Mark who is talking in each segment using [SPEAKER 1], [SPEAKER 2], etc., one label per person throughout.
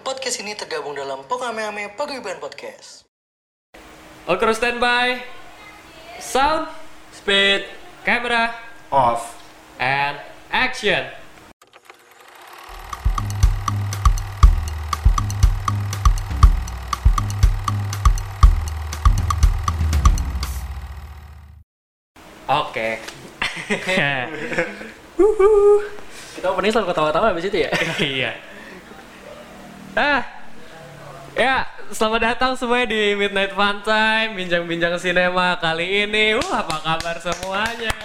[SPEAKER 1] podcast ini tergabung dalam Pengame-ame Paguyuban Podcast.
[SPEAKER 2] All crew standby. Sound, speed, camera,
[SPEAKER 3] off.
[SPEAKER 2] and action. Oke. Wuhu.
[SPEAKER 4] Kita opening selalu ketawa-tawa habis itu ya.
[SPEAKER 2] iya. Ah. Ya, selamat datang semuanya di Midnight Fun Time, bincang-bincang sinema kali ini. Wah, apa kabar semuanya?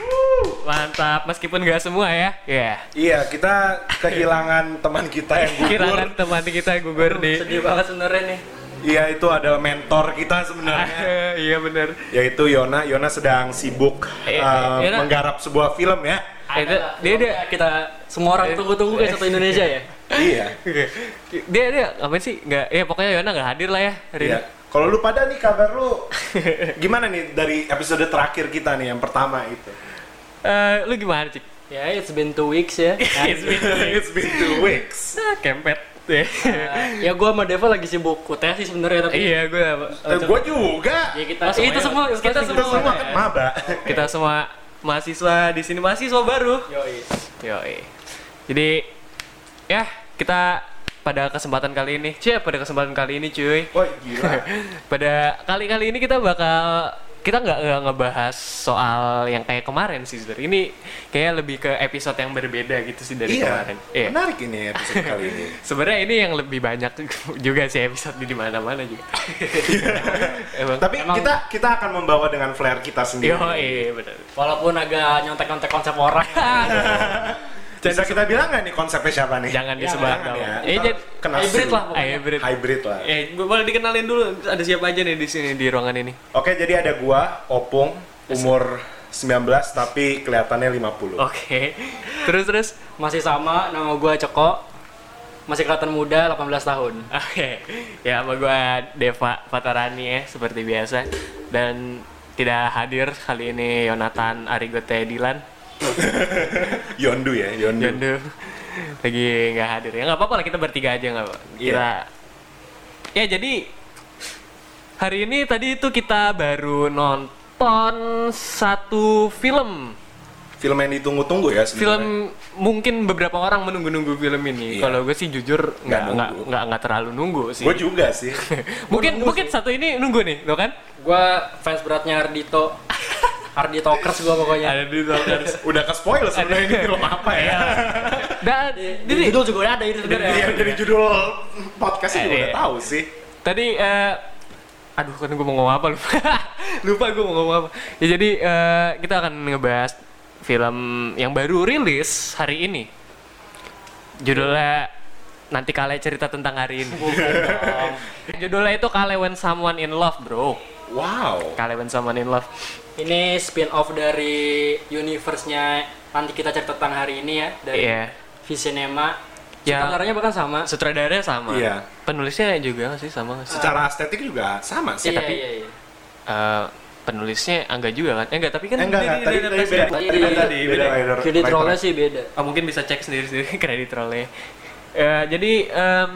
[SPEAKER 2] Wuh, mantap, meskipun nggak semua ya. Iya.
[SPEAKER 3] Iya, kita kehilangan teman kita yang gugur.
[SPEAKER 2] Kirakan kan teman kita yang gugur di.
[SPEAKER 4] Sedih banget sebenarnya nih.
[SPEAKER 3] Iya, itu adalah mentor kita sebenarnya.
[SPEAKER 2] Ah, iya bener.
[SPEAKER 3] Yaitu Yona. Yona sedang sibuk
[SPEAKER 2] Eh,
[SPEAKER 3] eh,
[SPEAKER 2] Yona.
[SPEAKER 3] menggarap sebuah film ya.
[SPEAKER 2] Itu, dia dia Eh.
[SPEAKER 4] kita semua orang tunggu-tunggu kayak satu Indonesia ya.
[SPEAKER 3] Iya.
[SPEAKER 2] dia dia ngapain sih? Nggak, ya pokoknya Yona nggak hadir lah ya hari ini.
[SPEAKER 3] Iya. Kalau lu pada nih kabar lu gimana nih dari episode terakhir kita nih yang pertama itu?
[SPEAKER 2] Eh, lu gimana cik?
[SPEAKER 4] Ya, it's been two weeks ya.
[SPEAKER 2] It's been-
[SPEAKER 3] It's been two weeks.
[SPEAKER 2] Ah, kempet.
[SPEAKER 4] Nah, ya gua sama Deva lagi sibuk UTS sih sebenarnya tapi
[SPEAKER 2] Iya, gue
[SPEAKER 3] Eh, gua juga.
[SPEAKER 4] ya kita
[SPEAKER 2] Oh, semuanya-
[SPEAKER 4] itu semua kita
[SPEAKER 2] kita
[SPEAKER 3] Kita
[SPEAKER 4] semua.
[SPEAKER 3] semua
[SPEAKER 2] ya.
[SPEAKER 3] kan maba.
[SPEAKER 2] kita semua mahasiswa di sini mahasiswa baru.
[SPEAKER 4] Yoi.
[SPEAKER 2] Yoi. Jadi ya kita pada kesempatan kali ini, cuy, pada kesempatan kali ini cuy,
[SPEAKER 3] Woi, gila.
[SPEAKER 2] pada kali-kali ini kita bakal kita nggak nggak ngebahas soal yang kayak kemarin sih, Zder. ini kayak lebih ke episode yang berbeda gitu sih dari
[SPEAKER 3] iya.
[SPEAKER 2] kemarin. Iya.
[SPEAKER 3] Menarik ini episode kali ini.
[SPEAKER 2] Sebenarnya ini yang lebih banyak juga sih episode di mana-mana juga. Emang.
[SPEAKER 3] Tapi kita kita akan membawa dengan flair kita sendiri.
[SPEAKER 2] Yoi, benar.
[SPEAKER 4] Walaupun agak nyontek-nyontek konsep orang.
[SPEAKER 3] Bisa kita bilang nggak nih konsepnya siapa nih?
[SPEAKER 2] Jangan
[SPEAKER 4] Jangan
[SPEAKER 2] disebar
[SPEAKER 3] ya.
[SPEAKER 2] dong.
[SPEAKER 3] Ntar
[SPEAKER 2] Eh, jadi-
[SPEAKER 3] kena
[SPEAKER 4] hybrid
[SPEAKER 3] sue.
[SPEAKER 4] lah pokoknya.
[SPEAKER 2] hybrid.
[SPEAKER 3] Hybrid lah.
[SPEAKER 2] Eh, gue boleh dikenalin dulu ada siapa aja nih di sini di ruangan ini.
[SPEAKER 3] Oke, jadi ada gua, Opung, umur 19 tapi kelihatannya 50.
[SPEAKER 2] Oke. Terus terus.
[SPEAKER 4] Masih sama nama gua Ceko. Masih kelihatan muda 18 tahun.
[SPEAKER 2] Oke. Ya, sama gue Deva Fatarani ya seperti biasa dan tidak hadir kali ini Yonatan Arigote Dilan.
[SPEAKER 3] Yondu ya, Yondu.
[SPEAKER 2] Yondu lagi nggak hadir. Ya nggak apa-apa lah kita bertiga aja nggak apa. Kita Ya
[SPEAKER 3] Iya.
[SPEAKER 2] jadi hari ini tadi itu kita baru nonton satu film
[SPEAKER 3] Film yang ditunggu-tunggu ya sebenarnya.
[SPEAKER 2] film mungkin beberapa orang menunggu-nunggu film ini.
[SPEAKER 3] Iya.
[SPEAKER 2] Kalau gue sih jujur nggak
[SPEAKER 3] nunggu.
[SPEAKER 2] nggak nggak nggak terlalu nunggu sih.
[SPEAKER 3] Gue juga sih.
[SPEAKER 2] mungkin mungkin satu ini nunggu nih, lo kan?
[SPEAKER 4] Gua fans beratnya Ardito. Arditokers gua
[SPEAKER 3] Iya.
[SPEAKER 4] pokoknya.
[SPEAKER 2] Ada di dalam.
[SPEAKER 3] Udah ke spoiler sebenarnya ini film apa ya?
[SPEAKER 2] Dan
[SPEAKER 3] Iya.
[SPEAKER 2] jadi
[SPEAKER 4] Jadi judul juga udah ada itu
[SPEAKER 3] Dari,
[SPEAKER 4] sebenarnya.
[SPEAKER 3] dari judul podcastnya juga
[SPEAKER 2] Eh,
[SPEAKER 3] udah
[SPEAKER 2] iya.
[SPEAKER 3] tahu sih.
[SPEAKER 2] tadi eh, aduh kan gue mau ngomong apa lupa. lupa gue mau ngomong apa. Ya jadi eh, kita akan ngebahas film yang baru rilis hari ini. Judulnya nanti kalian cerita tentang hari ini. Judulnya itu Kale When Someone in Love, Bro.
[SPEAKER 3] Wow.
[SPEAKER 2] Kale When Someone in Love.
[SPEAKER 4] Ini spin off dari universe-nya nanti kita cerita tentang hari ini ya dari
[SPEAKER 2] Iya.
[SPEAKER 4] Visinema.
[SPEAKER 2] Ya.
[SPEAKER 4] Sutradaranya bahkan sama.
[SPEAKER 2] Sutradaranya sama.
[SPEAKER 3] Iya. Ah.
[SPEAKER 2] Penulisnya juga nggak sih sama nggak sih?
[SPEAKER 3] Secara estetik juga sama sih.
[SPEAKER 4] iya,
[SPEAKER 2] tapi-
[SPEAKER 4] iya, iya.
[SPEAKER 2] Eh, penulisnya Angga juga kan? Eh, enggak, tapi kan
[SPEAKER 3] Eh, enggak,
[SPEAKER 2] dia-
[SPEAKER 3] enggak.
[SPEAKER 2] dia-
[SPEAKER 3] Tadi,
[SPEAKER 2] dia- dia-
[SPEAKER 3] tadi beda.
[SPEAKER 2] dia-
[SPEAKER 3] Tadi
[SPEAKER 2] dia-
[SPEAKER 3] beda,
[SPEAKER 2] dia-
[SPEAKER 3] beda,
[SPEAKER 2] dia-
[SPEAKER 3] writer-
[SPEAKER 4] Kredit
[SPEAKER 3] writer.
[SPEAKER 4] rollnya sih beda.
[SPEAKER 2] Ah, mungkin bisa cek sendiri-sendiri kredit rollnya. Eh, jadi em,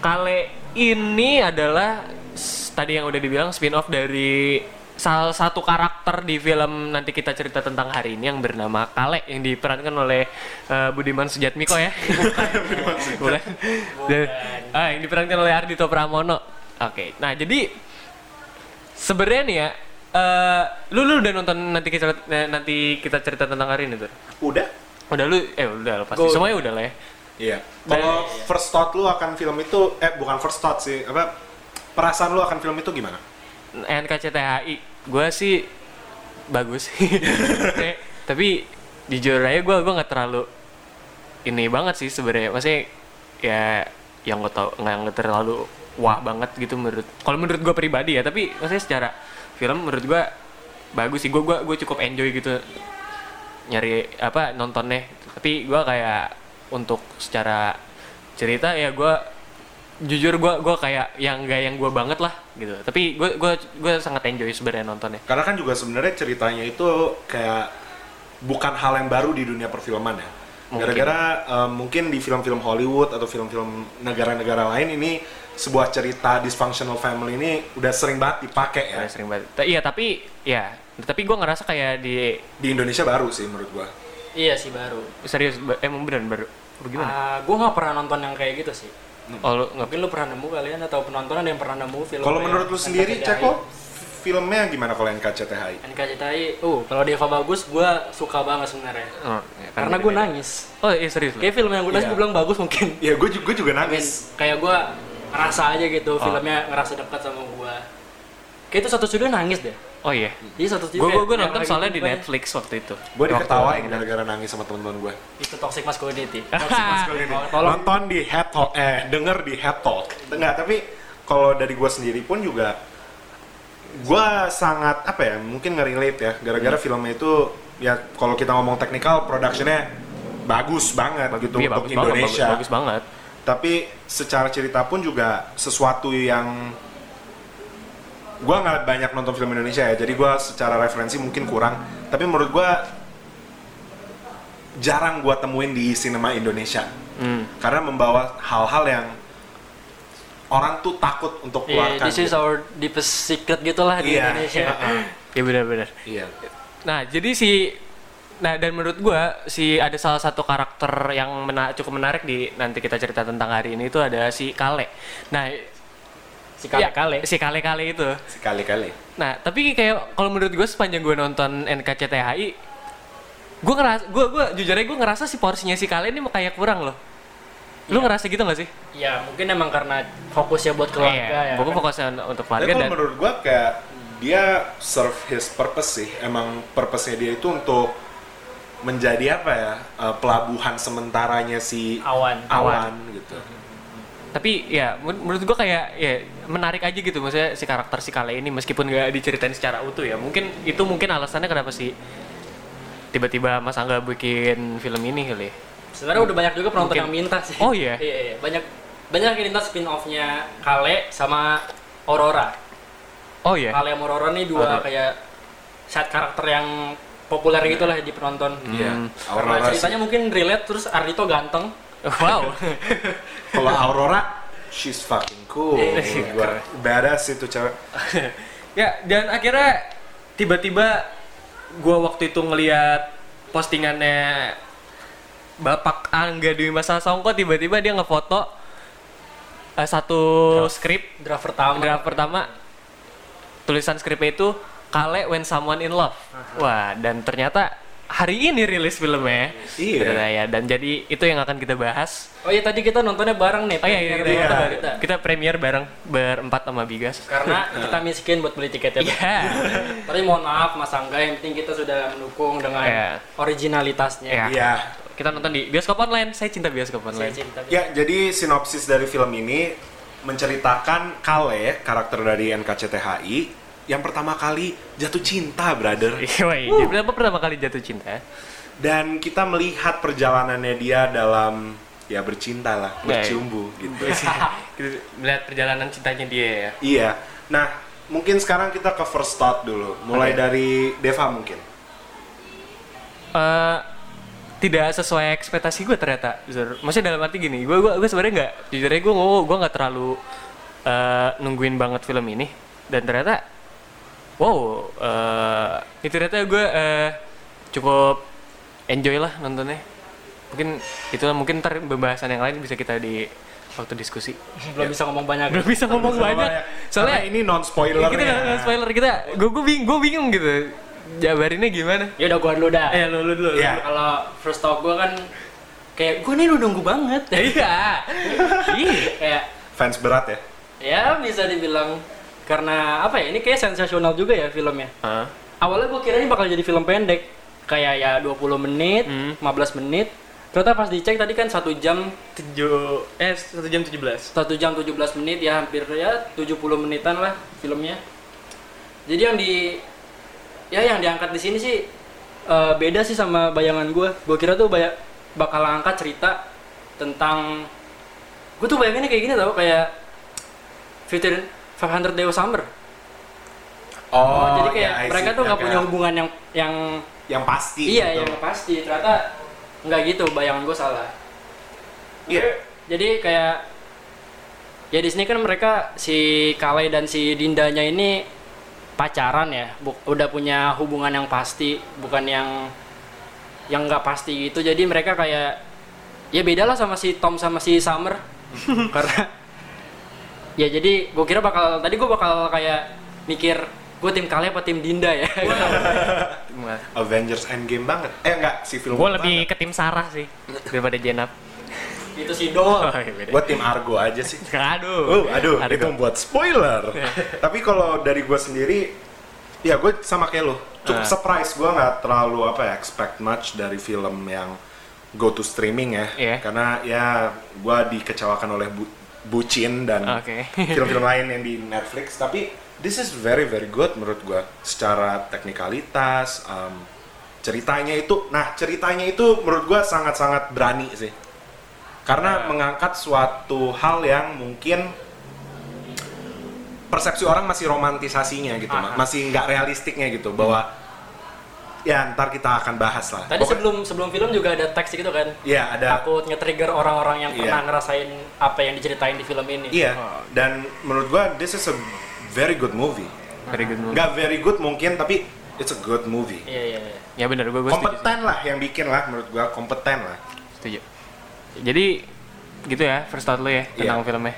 [SPEAKER 2] Kale ini adalah s- tadi yang udah dibilang spin-off dari salah satu karakter di film nanti kita cerita tentang hari ini yang bernama Kale yang diperankan oleh eh, Budiman Sujatmiko ya. Bukan. Dan- Ah, yang diperankan oleh Ardito Pramono. Oke. Nah, jadi sebenarnya nih ya eh, lu lu udah nonton nanti kita eh, nanti kita cerita tentang hari ini tuh.
[SPEAKER 3] Udah?
[SPEAKER 2] Udah lu, eh udah lah pasti.
[SPEAKER 4] Gua-
[SPEAKER 2] Semuanya udah lah ya.
[SPEAKER 3] Iya. Kalau first thought lu akan film itu eh bukan first thought sih, apa perasaan lu akan film itu gimana?
[SPEAKER 2] NKCTHI, gue sih bagus. Kayak- Tapi jujur aja gue gua nggak terlalu ini banget sih sebenarnya. Masih ya yang gue tau nggak nggak terlalu wah banget gitu menurut. Kalau menurut gue pribadi ya, tapi maksudnya secara film menurut gue bagus sih. Gue gua, gua cukup enjoy gitu nyari apa nontonnya. Tapi gue kayak untuk secara cerita ya gue jujur gue gua kayak yang gak yang gue banget lah gitu tapi gue gua gua sangat enjoy sebenarnya nontonnya
[SPEAKER 3] Karena kan juga sebenarnya ceritanya itu kayak bukan hal yang baru di dunia perfilman ya.
[SPEAKER 2] Mungkin.
[SPEAKER 3] Gara-gara eh, mungkin di film-film Hollywood atau film-film negara-negara lain ini sebuah cerita dysfunctional family ini udah sering banget dipakai ya.
[SPEAKER 2] Udah sering banget. Ta- Iya tapi ya tapi gue ngerasa kayak di
[SPEAKER 3] Di Indonesia baru sih menurut gua.
[SPEAKER 4] Iya sih baru.
[SPEAKER 2] serius ba- emang beneran baru Apa gimana?
[SPEAKER 4] Ah, gue nggak pernah nonton yang kayak gitu sih.
[SPEAKER 2] Oh, lu nggak-
[SPEAKER 4] Mungkin lu pernah nemu ya, kalian atau penonton ada yang pernah nemu film.
[SPEAKER 3] Kalau
[SPEAKER 4] yang
[SPEAKER 3] menurut lu sendiri,
[SPEAKER 4] NKCTHI.
[SPEAKER 3] Ceko, filmnya gimana kalau NKCTHI?
[SPEAKER 4] NKCTHI, uh, kalau Deva bagus, gue suka banget sebenarnya.
[SPEAKER 2] Oh, ya, kan
[SPEAKER 4] Karena
[SPEAKER 2] beda-beda.
[SPEAKER 4] gue nangis.
[SPEAKER 2] Oh iya serius lu?
[SPEAKER 4] Kayak film yang gue
[SPEAKER 3] Iya.
[SPEAKER 4] gue bilang bagus mungkin.
[SPEAKER 3] Ya gue juga, juga
[SPEAKER 4] Amin.
[SPEAKER 3] nangis.
[SPEAKER 4] Kayak gue ngerasa aja
[SPEAKER 3] Oh.
[SPEAKER 4] gitu, filmnya ngerasa dekat sama gue. Kayak itu satu studio nangis deh.
[SPEAKER 2] Oh iya.
[SPEAKER 4] Jadi satu studio.
[SPEAKER 2] Gue
[SPEAKER 4] kayak gitu
[SPEAKER 2] gue
[SPEAKER 4] yang
[SPEAKER 2] nonton
[SPEAKER 4] lagi
[SPEAKER 2] soalnya di
[SPEAKER 4] pokoknya.
[SPEAKER 2] Netflix waktu itu.
[SPEAKER 3] Gue
[SPEAKER 2] Waktu
[SPEAKER 3] diketawain
[SPEAKER 2] lagi-
[SPEAKER 3] gara-gara nangis sama teman-teman gue.
[SPEAKER 4] Itu toxic masculinity.
[SPEAKER 3] Nonton di head talk, eh denger di head talk. Enggak, tapi kalau dari gue sendiri pun juga gue sangat apa ya mungkin nge-relate ya gara-gara filmnya itu ya kalau kita ngomong teknikal productionnya bagus banget gitu
[SPEAKER 2] Iya,
[SPEAKER 3] untuk
[SPEAKER 2] bagus banget,
[SPEAKER 3] Indonesia
[SPEAKER 2] bagus, bagus banget.
[SPEAKER 3] tapi secara cerita pun juga sesuatu yang gua nggak banyak nonton film Indonesia ya jadi gua secara referensi mungkin kurang tapi menurut gua jarang gua temuin di sinema Indonesia
[SPEAKER 2] Hmm.
[SPEAKER 3] karena membawa hal-hal yang orang tuh takut untuk
[SPEAKER 4] Iya,
[SPEAKER 3] keluarkan gitu.
[SPEAKER 4] this is our deepest secret gitu lah di
[SPEAKER 3] Iya,
[SPEAKER 4] Indonesia.
[SPEAKER 3] heeh.
[SPEAKER 2] Ya benar-benar.
[SPEAKER 3] iya
[SPEAKER 2] Nah, jadi si Nah, dan menurut gua si ada salah satu karakter yang mena- cukup menarik di nanti kita cerita tentang hari ini itu ada si Kale. Nah,
[SPEAKER 4] Si
[SPEAKER 2] ya,
[SPEAKER 4] kale-kale.
[SPEAKER 2] si Kale-Kale itu.
[SPEAKER 3] sekali-kali
[SPEAKER 2] Nah, tapi kayak kalau menurut gue sepanjang gue nonton NKCTHI gue ngerasa gue gue jujurnya gue ngerasa si porsinya si Kale ini kayak kurang loh. Lu ngerasa gitu gak sih?
[SPEAKER 4] Ya mungkin emang karena fokusnya buat keluarga ya.
[SPEAKER 2] Gue
[SPEAKER 4] kan?
[SPEAKER 2] fokusnya untuk- untuk
[SPEAKER 3] Tapi
[SPEAKER 2] keluarga
[SPEAKER 3] kalau
[SPEAKER 2] dan
[SPEAKER 3] menurut gua kayak dia serve his purpose sih. Emang purpose-nya dia itu untuk menjadi apa ya? eh, pelabuhan sementaranya si
[SPEAKER 4] Awan.
[SPEAKER 3] Awan, gitu.
[SPEAKER 2] tapi ya men- menurut gua kayak ya menarik aja gitu maksudnya si karakter si Kale ini meskipun gak diceritain secara utuh ya mungkin itu mungkin alasannya kenapa sih tiba-tiba Mas Angga bikin film ini kali ya.
[SPEAKER 4] Sebenarnya udah banyak juga penonton
[SPEAKER 2] Mungkin.
[SPEAKER 4] yang minta sih.
[SPEAKER 2] Oh, iya?
[SPEAKER 4] Iya, iya. banyak banyak yang minta spin off-nya Kale sama Aurora.
[SPEAKER 2] oh iya
[SPEAKER 4] Kale sama Aurora nih dua
[SPEAKER 2] Aurora.
[SPEAKER 4] kayak set karakter yang populer gitu lah di penonton.
[SPEAKER 2] Hmm.
[SPEAKER 3] Iya.
[SPEAKER 4] Karena
[SPEAKER 3] Aurora. sih.
[SPEAKER 4] ceritanya mungkin relate terus Ardito ganteng.
[SPEAKER 2] wow
[SPEAKER 3] Kalau Aurora she's fucking cool. Gua badass itu cewek.
[SPEAKER 2] ya dan akhirnya tiba-tiba gua waktu itu ngelihat postingannya Bapak Angga Dwi Masa Songko tiba-tiba dia ngefoto eh, satu skrip
[SPEAKER 4] Draft pertama.
[SPEAKER 2] Draft pertama tulisan skripnya itu Kale When Someone in Love. Wah, dan ternyata hari ini rilis filmnya.
[SPEAKER 3] Iya.
[SPEAKER 2] Ternyata ya, dan jadi itu yang akan kita bahas.
[SPEAKER 4] Oh iya tadi kita nontonnya bareng nih.
[SPEAKER 2] Oh iya, iya,
[SPEAKER 4] premier
[SPEAKER 2] kita,
[SPEAKER 3] Iya.
[SPEAKER 4] nonton
[SPEAKER 2] kita, kita premier bareng berempat sama Bigas.
[SPEAKER 4] Karena kita miskin buat beli tiketnya.
[SPEAKER 2] Iya.
[SPEAKER 4] Tapi mohon maaf Mas Angga, yang penting kita sudah mendukung dengan
[SPEAKER 2] Iya.
[SPEAKER 4] originalitasnya.
[SPEAKER 2] Iya.
[SPEAKER 3] Iya.
[SPEAKER 2] Kita nonton di bioskop online. Saya cinta bioskop
[SPEAKER 4] Saya
[SPEAKER 2] online.
[SPEAKER 4] cinta.
[SPEAKER 3] Ya, jadi sinopsis dari film ini menceritakan Kale, karakter dari NKCTHI yang pertama kali jatuh cinta, brother.
[SPEAKER 2] Iya, woy. Jadi berapa pertama kali jatuh cinta?
[SPEAKER 3] dan kita melihat perjalanannya dia dalam ya bercinta lah,
[SPEAKER 2] Ya, ya.
[SPEAKER 3] bercumbu gitu.
[SPEAKER 2] Kita melihat perjalanan cintanya dia ya.
[SPEAKER 3] iya. Nah, mungkin sekarang kita ke first thought dulu. Mulai
[SPEAKER 2] Oke.
[SPEAKER 3] dari Deva mungkin.
[SPEAKER 2] eh tidak sesuai ekspektasi gue ternyata Zur. Maksudnya dalam arti gini, gue gue gue sebenarnya nggak, jujurnya gue gue gue nggak terlalu eh, nungguin banget film ini dan ternyata, wow, eh itu ternyata gue eh, cukup enjoy lah nontonnya. Mungkin itulah mungkin ntar pembahasan yang lain bisa kita di waktu diskusi.
[SPEAKER 4] Belum
[SPEAKER 3] Iya.
[SPEAKER 4] bisa ngomong banyak.
[SPEAKER 2] Belum bisa ngomong banyak,
[SPEAKER 3] Soalnya
[SPEAKER 2] soalnya Iya,
[SPEAKER 3] ini ya. non spoiler.
[SPEAKER 2] kita nggak- nggak spoiler kita, gue gue bingung, gue bingung gitu, jabarinnya gimana?
[SPEAKER 4] Ya udah gua dulu dah.
[SPEAKER 2] Eh lu lu dulu. lu.
[SPEAKER 3] Iya.
[SPEAKER 4] Ya, Kalau first talk gua kan kayak gua nih udah nunggu banget. Iya. kayak
[SPEAKER 3] Fans berat ya.
[SPEAKER 4] ya bisa dibilang karena apa ya ini kayak sensasional juga ya filmnya.
[SPEAKER 2] Hah?
[SPEAKER 4] Awalnya gua kira ini bakal jadi film pendek kayak ya 20 menit, 15 menit. Ternyata pas dicek tadi kan satu jam
[SPEAKER 2] tujuh eh satu jam tujuh belas
[SPEAKER 4] satu jam 17 menit ya hampir ya 70 menitan lah filmnya jadi yang di ya yang diangkat di sini sih eh, beda sih sama bayangan gue gue kira tuh baya- bakal angkat cerita tentang gue tuh bayangannya kayak gini tau kayak Future 500 Dewa Summer
[SPEAKER 3] Oh,
[SPEAKER 4] jadi kayak
[SPEAKER 3] ya, I
[SPEAKER 4] mereka
[SPEAKER 3] see.
[SPEAKER 4] tuh
[SPEAKER 3] Ya,
[SPEAKER 4] nggak punya
[SPEAKER 3] kayak
[SPEAKER 4] hubungan yang yang
[SPEAKER 3] yang pasti
[SPEAKER 4] iya
[SPEAKER 3] gitu.
[SPEAKER 4] yang pasti ternyata nggak gitu bayangan gue salah
[SPEAKER 3] Iya.
[SPEAKER 4] jadi kayak ya di sini kan mereka si Kalai dan si Dindanya ini pacaran ya bu- udah punya hubungan yang pasti bukan yang yang nggak pasti gitu jadi mereka kayak ya bedalah sama si Tom sama si Summer karena ya jadi gue kira bakal tadi gue bakal kayak mikir gue tim Kalai apa tim Dinda ya
[SPEAKER 3] Avengers Endgame banget. Eh enggak, Civil
[SPEAKER 2] gue
[SPEAKER 3] War.
[SPEAKER 2] lebih ke tim Sarah sih daripada Jenap
[SPEAKER 4] itu si Dol
[SPEAKER 2] oh, iya beda.
[SPEAKER 3] Gue tim Argo aja sih.
[SPEAKER 2] aduh
[SPEAKER 3] Oh, aduh,
[SPEAKER 2] Aduh. gitu.
[SPEAKER 3] itu buat spoiler. Tapi kalau dari gue sendiri, ya gue sama kayak lo. Cukup
[SPEAKER 2] Ah.
[SPEAKER 3] surprise gue nggak terlalu apa ya, expect much dari film yang go to streaming ya.
[SPEAKER 2] Iya.
[SPEAKER 3] Karena ya gue dikecewakan oleh bu- bucin dan
[SPEAKER 2] Oke.
[SPEAKER 3] film-film lain yang di Netflix. Tapi this is very very good menurut gue. Secara teknikalitas, um, ceritanya itu, nah ceritanya itu menurut gue sangat-sangat berani sih karena mengangkat suatu hal yang mungkin persepsi orang masih romantisasinya gitu Ma. masih nggak realistiknya gitu bahwa ya ntar kita akan bahas lah
[SPEAKER 4] Tadi
[SPEAKER 3] Pokok-
[SPEAKER 4] sebelum sebelum film juga ada teks gitu kan.
[SPEAKER 3] Iya, ada.
[SPEAKER 4] Takut nge-trigger orang-orang yang
[SPEAKER 3] Iya.
[SPEAKER 4] pernah ngerasain apa yang diceritain di film ini.
[SPEAKER 3] iya dan menurut gua this is a very good movie
[SPEAKER 2] very good movie.
[SPEAKER 3] nggak very good mungkin tapi it's a good movie
[SPEAKER 4] Iya, iya, iya.
[SPEAKER 2] ya benar gue gue setuju,
[SPEAKER 3] kompeten lah yang bikin lah menurut gua kompeten lah
[SPEAKER 2] sih. setuju jadi gitu ya first thought lu ya tentang
[SPEAKER 3] Iya.
[SPEAKER 2] filmnya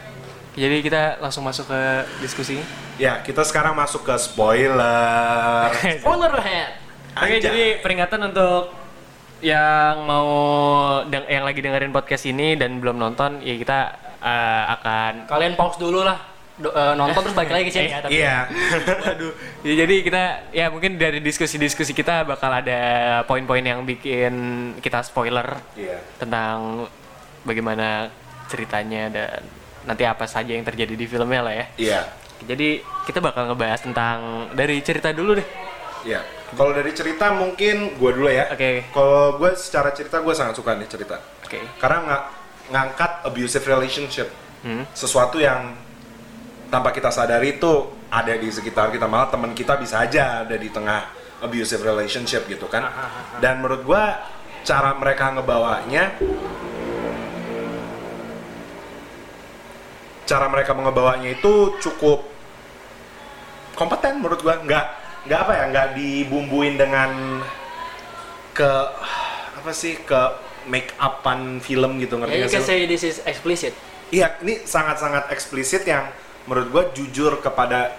[SPEAKER 2] jadi kita langsung masuk ke diskusi
[SPEAKER 3] ya kita sekarang masuk ke spoiler
[SPEAKER 4] Spoiler ahead.
[SPEAKER 2] Oke,
[SPEAKER 3] Anjay.
[SPEAKER 2] jadi peringatan untuk yang mau deng- yang lagi dengerin podcast ini dan belum nonton, ya kita eh, akan
[SPEAKER 4] Kalian pause dulu lah. Do- eh, nonton terus balik lagi ke sini ya. tapi-
[SPEAKER 3] iya
[SPEAKER 2] Ya, jadi kita ya mungkin dari diskusi-diskusi kita bakal ada poin-poin yang bikin kita spoiler
[SPEAKER 3] iya
[SPEAKER 2] tentang bagaimana ceritanya dan nanti apa saja yang terjadi di filmnya lah ya.
[SPEAKER 3] iya
[SPEAKER 2] Jadi kita bakal ngebahas tentang dari cerita dulu deh.
[SPEAKER 3] Ya, kalau dari cerita mungkin gue dulu ya.
[SPEAKER 2] Oke.
[SPEAKER 3] Kalau gue secara cerita gue sangat suka nih cerita.
[SPEAKER 2] Oke.
[SPEAKER 3] Karena nggak ngangkat abusive relationship,
[SPEAKER 2] Hmm.
[SPEAKER 3] sesuatu yang tanpa kita sadari itu ada di sekitar kita malah teman kita bisa aja ada di tengah abusive relationship gitu kan. Dan menurut gue cara mereka ngebawanya cara mereka mengebawanya itu cukup kompeten menurut gua nggak nggak apa ya nggak dibumbuin dengan ke apa sih ke make upan film gitu
[SPEAKER 4] Ya,
[SPEAKER 3] ngerti
[SPEAKER 4] you
[SPEAKER 3] nggak
[SPEAKER 4] can
[SPEAKER 3] sih lu?
[SPEAKER 4] say this is explicit.
[SPEAKER 3] iya ini sangat sangat eksplisit yang menurut gua jujur kepada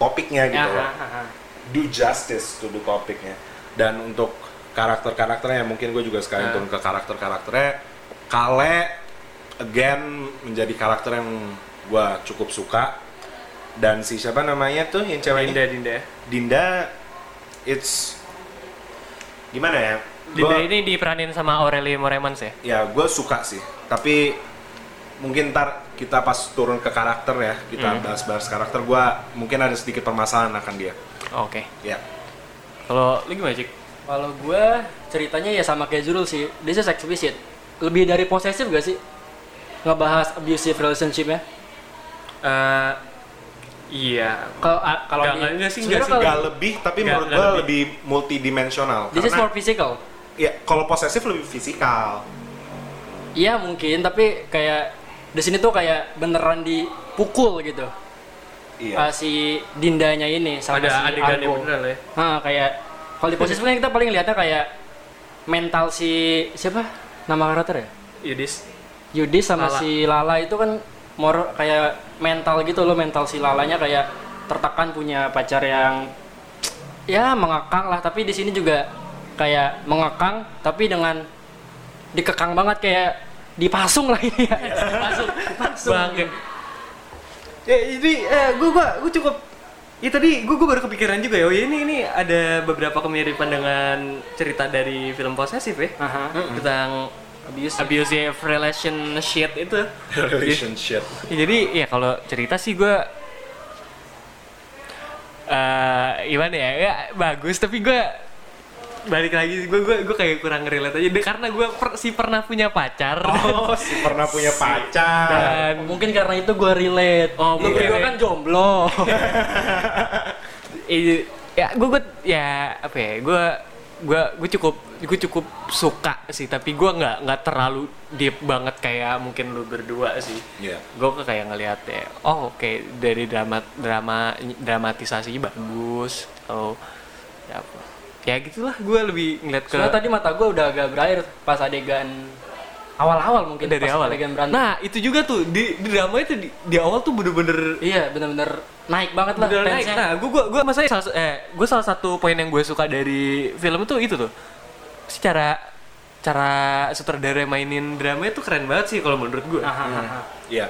[SPEAKER 3] topiknya gitu
[SPEAKER 4] Aha,
[SPEAKER 3] loh
[SPEAKER 4] aha.
[SPEAKER 3] do justice to the topiknya dan untuk karakter-karakternya ya, mungkin gue juga sekalian turun ke karakter-karakternya Kale again menjadi karakter yang gue cukup suka dan si siapa namanya tuh yang cewek ini?
[SPEAKER 2] Dinda.
[SPEAKER 3] Dinda it's gimana ya
[SPEAKER 2] Dinda
[SPEAKER 3] Gua-
[SPEAKER 2] ini diperanin sama Aureli Moremans ya.
[SPEAKER 3] ya gue suka sih tapi mungkin ntar kita pas turun ke karakter ya kita
[SPEAKER 4] Hmm.
[SPEAKER 3] bahas-bahas karakter gue mungkin ada sedikit permasalahan akan dia
[SPEAKER 2] Oke.
[SPEAKER 3] ya
[SPEAKER 2] Kalau lu gimana, Cik?
[SPEAKER 4] Kalau gue ceritanya ya sama kayak Zurul sih. This is explicit. Lebih dari posesif gak sih? Ngebahas abusive relationship ya?
[SPEAKER 2] Eh, iya.
[SPEAKER 4] Kalau
[SPEAKER 2] Nggak,
[SPEAKER 4] kalau di-
[SPEAKER 2] nggak, nggak sih, nggak
[SPEAKER 4] sebenarnya
[SPEAKER 2] sih,
[SPEAKER 4] kalau-
[SPEAKER 3] nggak lebih tapi
[SPEAKER 2] Nggak-
[SPEAKER 3] menurut
[SPEAKER 2] nggak
[SPEAKER 3] gue
[SPEAKER 2] lebih.
[SPEAKER 3] lebih multidimensional
[SPEAKER 4] This is
[SPEAKER 3] karena
[SPEAKER 4] more physical.
[SPEAKER 3] ya kalau posesif lebih fisikal
[SPEAKER 4] Iya mungkin, tapi kayak di sini tuh kayak beneran dipukul gitu
[SPEAKER 3] iya
[SPEAKER 4] uh, si dindanya ini sama
[SPEAKER 2] Ada
[SPEAKER 4] si
[SPEAKER 2] adegan yang
[SPEAKER 4] Argo.
[SPEAKER 2] beneran lah ya.
[SPEAKER 4] Nah, kayak kalau di posisi kan kita paling lihatnya kayak mental si siapa nama karakter ya?
[SPEAKER 2] Yudis.
[SPEAKER 4] Yudi sama
[SPEAKER 2] Lala.
[SPEAKER 4] si Lala itu kan more kayak mental gitu loh, mental si Lalanya kayak tertekan punya pacar yang ya mengekang lah, tapi di sini juga kayak mengekang tapi dengan dikekang banget kayak dipasung lah
[SPEAKER 2] Iya.
[SPEAKER 4] ini ya. dipasung, dipasung.
[SPEAKER 2] Bangke.
[SPEAKER 5] Eh, jadi eh, gue gua gua cukup ya tadi gue baru kepikiran juga ya oh ya ini ini ada beberapa kemiripan dengan cerita dari film posesif ya
[SPEAKER 4] Aha.
[SPEAKER 5] tentang
[SPEAKER 4] Abuse.
[SPEAKER 5] abusive relationship itu
[SPEAKER 3] relationship
[SPEAKER 2] Ya, jadi ya kalau cerita sih gua eh gimana ya, ya bagus tapi gua balik lagi gue gue gue kayak kurang relate aja Dia- karena gue sih pernah punya pacar
[SPEAKER 3] oh si pernah punya pacar
[SPEAKER 2] dan
[SPEAKER 4] Mungkin karena itu gue relate.
[SPEAKER 2] Oh,
[SPEAKER 4] Lu
[SPEAKER 2] mungkin
[SPEAKER 4] berdua
[SPEAKER 2] ya.
[SPEAKER 4] kan jomblo.
[SPEAKER 2] Iya. eh, ya gue ya apa ya gue gua gua cukup gua cukup suka sih tapi gua nggak nggak terlalu deep banget kayak mungkin lu berdua sih
[SPEAKER 3] Iya.
[SPEAKER 2] gua ke- kayak ngeliat ya oh oke dari drama drama dramatisasi bagus atau ya apa ya gitulah gua lebih ngeliat ke
[SPEAKER 4] Soalnya tadi mata gue udah agak berair pas adegan awal-awal mungkin
[SPEAKER 2] dari
[SPEAKER 4] pas
[SPEAKER 2] awal
[SPEAKER 4] adegan berantem.
[SPEAKER 2] nah itu juga tuh di, di drama itu di, di awal tuh bener-bener
[SPEAKER 4] iya benar-benar naik banget lah
[SPEAKER 2] Beneran naik.
[SPEAKER 4] tense-nya.
[SPEAKER 2] Nah, gue gua gua maksudnya salah, eh gue salah satu poin yang gue suka dari film tuh itu tuh. Secara cara sutradara mainin drama itu keren banget sih kalau menurut gue.
[SPEAKER 4] Aha, aha.
[SPEAKER 3] Iya.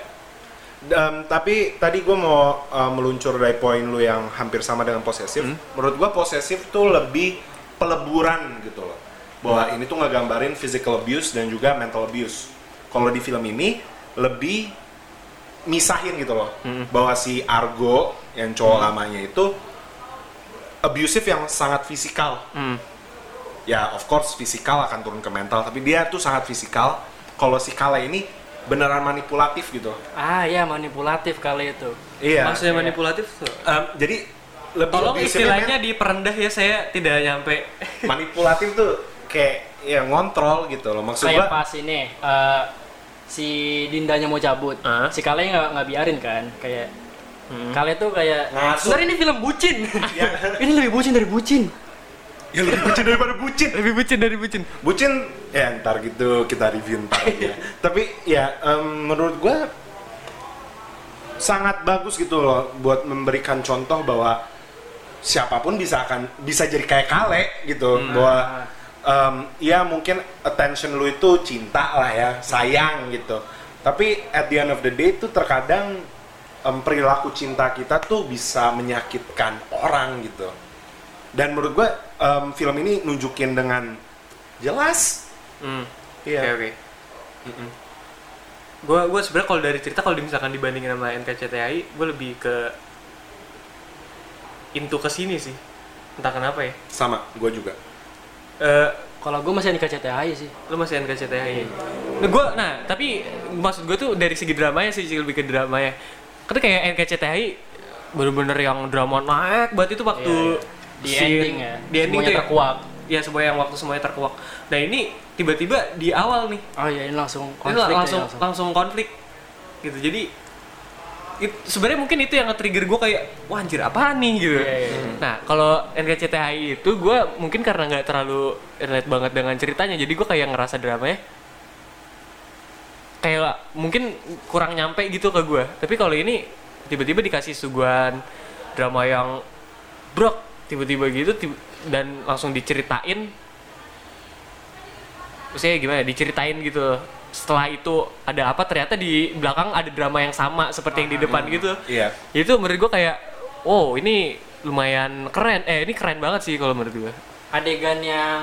[SPEAKER 3] Dan, tapi tadi gue mau uh, meluncur dari poin lu yang hampir sama dengan posesif. Menurut gue posesif tuh lebih peleburan gitu loh. Bahwa ini tuh ngegambarin physical abuse dan juga mental abuse. Kalau di film ini lebih misahin gitu loh. Bahwa si Argo yang cowok lamanya itu abusive yang sangat fisikal.
[SPEAKER 2] Hmm.
[SPEAKER 3] Ya of course fisikal akan turun ke mental, tapi dia tuh sangat fisikal. Kalau si Kale ini beneran manipulatif gitu.
[SPEAKER 4] Ah iya manipulatif kali itu.
[SPEAKER 3] Iya.
[SPEAKER 5] Maksudnya manipulatif tuh.
[SPEAKER 3] Em, jadi lebih
[SPEAKER 5] Tolong
[SPEAKER 3] lebih
[SPEAKER 5] istilahnya
[SPEAKER 3] simpelnya
[SPEAKER 5] diperendah ya saya tidak nyampe.
[SPEAKER 3] manipulatif tuh kayak ya ngontrol gitu loh maksud gua.
[SPEAKER 4] Kayak pas ini eh, si Dindanya mau cabut,
[SPEAKER 2] Ah.
[SPEAKER 4] si Kale nggak nggak biarin kan, kayak
[SPEAKER 2] Hmm.
[SPEAKER 4] Kale tuh kayak
[SPEAKER 3] Ngasuh.
[SPEAKER 4] "Ntar ini film bucin.
[SPEAKER 3] Ya,
[SPEAKER 4] ini lebih bucin dari bucin.
[SPEAKER 3] ya lebih bucin daripada bucin.
[SPEAKER 2] Lebih bucin dari bucin.
[SPEAKER 3] Bucin ya ntar gitu kita review ntar ya. Tapi ya em, menurut gua sangat bagus gitu loh buat memberikan contoh bahwa siapapun bisa akan bisa jadi kayak Kale gitu bahwa em, ya mungkin attention lu itu cinta lah ya sayang gitu tapi at the end of the day itu terkadang em, perilaku cinta kita tuh bisa menyakitkan orang gitu dan menurut gue film ini nunjukin dengan jelas
[SPEAKER 2] Hmm.
[SPEAKER 5] Oke
[SPEAKER 3] Iya.
[SPEAKER 5] oke. Gue gue sebenarnya kalau dari cerita kalau misalkan dibandingin sama NKCTI, gue lebih ke into ke sini sih. Entah kenapa ya.
[SPEAKER 3] sama gue juga
[SPEAKER 5] Eh,
[SPEAKER 4] Kalau gue masih nikah CTHI sih.
[SPEAKER 5] lu masih
[SPEAKER 4] Iya.
[SPEAKER 5] NKCTI.
[SPEAKER 2] Nah, gua, nah tapi maksud gue tuh dari segi dramanya sih sih lebih ke dramanya. Karena kayak NKCTHI eh, bener-bener yang drama naik banget itu waktu
[SPEAKER 4] Iya, Di
[SPEAKER 2] scene-
[SPEAKER 4] ending ya.
[SPEAKER 2] Di ending
[SPEAKER 4] Semuanya
[SPEAKER 2] tuh ya.
[SPEAKER 4] terkuak.
[SPEAKER 5] Ya semua yang waktu semuanya terkuak. Nah ini tiba-tiba di awal nih
[SPEAKER 4] Oh iya ini langsung
[SPEAKER 5] Ini
[SPEAKER 4] konflik ya,
[SPEAKER 5] langsung, langsung konflik gitu jadi it- sebenarnya mungkin itu yang nge-trigger gue kayak wah anjir apaan nih gitu
[SPEAKER 4] Iya, iya,
[SPEAKER 2] nah kalau NKCTHI itu gue mungkin karena nggak terlalu relate banget dengan ceritanya jadi gue kayak ngerasa dramanya kayak mungkin kurang nyampe gitu ke gue tapi kalau ini tiba-tiba dikasih suguhan drama yang brok tiba-tiba gitu tib- dan langsung diceritain maksudnya gimana diceritain gitu setelah itu ada apa ternyata di belakang ada drama yang sama seperti yang di depan gitu
[SPEAKER 3] iya
[SPEAKER 2] itu menurut gue kayak wow ini lumayan keren eh ini keren banget sih kalau menurut gue
[SPEAKER 4] adegan yang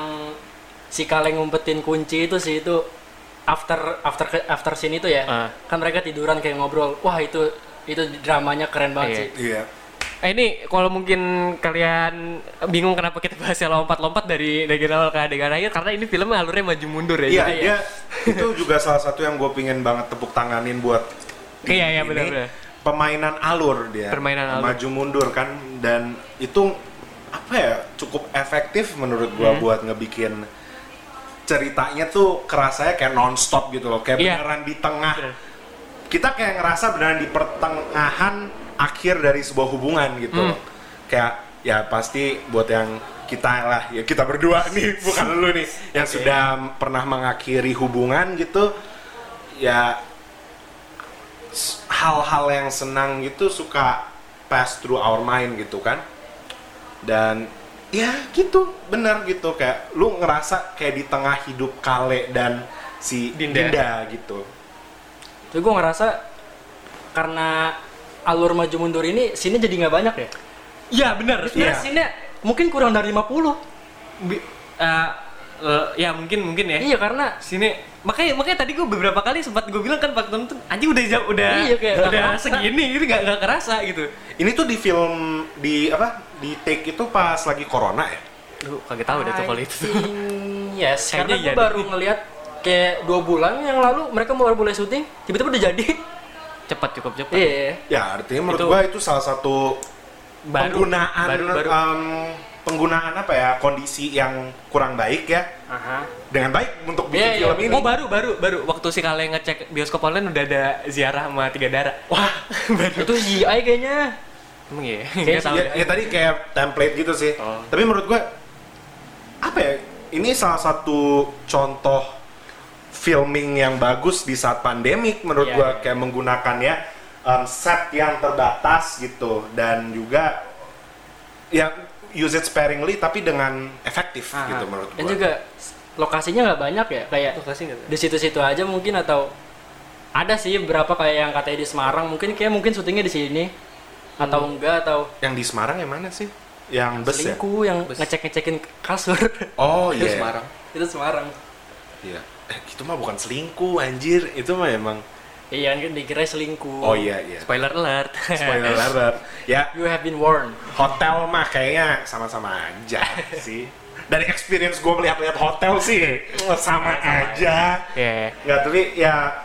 [SPEAKER 4] si Kale ngumpetin kunci itu sih itu after after after scene itu ya.
[SPEAKER 2] Ah.
[SPEAKER 4] Kan mereka tiduran kayak ngobrol. Wah, itu itu dramanya keren banget
[SPEAKER 2] Iya.
[SPEAKER 4] sih.
[SPEAKER 3] iya
[SPEAKER 2] eh ini kalau mungkin kalian bingung kenapa kita bahasnya lompat-lompat dari adegan awal ke adegan akhir karena ini filmnya alurnya maju mundur ya
[SPEAKER 3] iya
[SPEAKER 2] jadi-
[SPEAKER 3] dia itu juga salah satu yang gue pingin banget tepuk tanganin buat tim
[SPEAKER 2] Iya, iya,
[SPEAKER 3] ini.
[SPEAKER 2] benar-benar.
[SPEAKER 3] pemainan alur dia
[SPEAKER 2] Permainan alur.
[SPEAKER 3] maju mundur kan dan itu apa ya cukup efektif menurut gue
[SPEAKER 2] Hmm.
[SPEAKER 3] buat ngebikin ceritanya tuh kerasanya kayak nonstop gitu loh kayak
[SPEAKER 2] Iya.
[SPEAKER 3] beneran di tengah
[SPEAKER 2] Bener.
[SPEAKER 3] kita kayak ngerasa beneran di pertengahan akhir dari sebuah hubungan gitu
[SPEAKER 2] Hmm.
[SPEAKER 3] loh. kayak ya pasti buat yang kita lah ya kita berdua nih bukan lu nih yang
[SPEAKER 2] Iya.
[SPEAKER 3] sudah pernah mengakhiri hubungan gitu ya s- hal-hal yang senang gitu suka pass through our mind gitu kan dan ya gitu bener gitu kayak lu ngerasa kayak di tengah hidup Kale dan si
[SPEAKER 2] Dinda.
[SPEAKER 3] Dinda gitu
[SPEAKER 4] Tapi gue ngerasa karena alur maju mundur ini sini jadi nggak banyak ya.
[SPEAKER 5] ya benar
[SPEAKER 4] Sebenarnya
[SPEAKER 3] Iya.
[SPEAKER 4] scene-nya mungkin kurang dari 50.
[SPEAKER 5] Bi- eh, eh, ya mungkin mungkin ya
[SPEAKER 4] Iya, karena
[SPEAKER 5] sini makanya makanya tadi gue beberapa kali sempat gue bilang kan waktu nonton anjing udah jauh udah
[SPEAKER 4] Iya, kayak nggak
[SPEAKER 5] udah
[SPEAKER 4] kerasa.
[SPEAKER 5] segini gitu nggak nggak kerasa gitu
[SPEAKER 3] Ini tuh di film di apa di take itu pas lagi corona ya?
[SPEAKER 2] Duh, kagak tahu deh tuh kalau itu tuh.
[SPEAKER 4] Hmm, yes,
[SPEAKER 2] Kayaknya
[SPEAKER 4] karena gue
[SPEAKER 2] iya deh.
[SPEAKER 4] baru ngelihat kayak dua bulan yang lalu mereka mau mulai syuting, tiba-tiba udah jadi.
[SPEAKER 2] cepat cukup cepat
[SPEAKER 4] Iya.
[SPEAKER 3] Ya artinya menurut
[SPEAKER 2] Itu-
[SPEAKER 3] gua itu salah satu
[SPEAKER 2] Baru-
[SPEAKER 3] penggunaan
[SPEAKER 2] baru- baru.
[SPEAKER 3] em, penggunaan apa ya kondisi yang kurang baik ya
[SPEAKER 4] Aha.
[SPEAKER 3] dengan baik untuk bikin
[SPEAKER 4] Iya, iya,
[SPEAKER 3] film ini.
[SPEAKER 2] Oh baru baru baru waktu si kalian ngecek bioskop online udah ada ziarah sama tiga darah. Wah baru.
[SPEAKER 4] Itu iya. GI kayaknya.
[SPEAKER 2] Emang iya. Nggak tahu.
[SPEAKER 3] ya, ya tadi kayak template gitu sih.
[SPEAKER 2] Oh.
[SPEAKER 3] Tapi menurut gue apa ya? Ini salah satu contoh filming yang bagus di saat pandemik menurut
[SPEAKER 4] Iya,
[SPEAKER 3] gua
[SPEAKER 4] iya.
[SPEAKER 3] kayak menggunakannya um, set yang terbatas gitu dan juga ya use it sparingly tapi dengan efektif
[SPEAKER 4] Aha.
[SPEAKER 3] gitu menurut gua.
[SPEAKER 4] Dan juga s- lokasinya nggak banyak ya, kayak
[SPEAKER 5] Lokasi nggak?
[SPEAKER 4] di situ-situ aja mungkin atau ada sih berapa kayak yang katanya di Semarang mungkin kayak mungkin syutingnya di sini atau enggak atau
[SPEAKER 3] Yang di Semarang yang mana sih? Yang Hmm. bus ya?
[SPEAKER 4] selingkuh yang ngecek-ngecekin kasur
[SPEAKER 3] Oh
[SPEAKER 5] Itu
[SPEAKER 3] iya.
[SPEAKER 5] Semarang.
[SPEAKER 4] itu Semarang
[SPEAKER 3] Iya. Eh, itu mah bukan selingkuh anjir, itu mah emang
[SPEAKER 4] iya kan dikira selingkuh
[SPEAKER 3] Oh iya iya.
[SPEAKER 2] Spoiler alert.
[SPEAKER 3] Spoiler alert. Ya,
[SPEAKER 4] you have been warned
[SPEAKER 3] hotel mah kayaknya sama-sama aja sih dari experience gue melihat-lihat hotel sih sama aja
[SPEAKER 2] Ya.
[SPEAKER 3] nggak tapi ya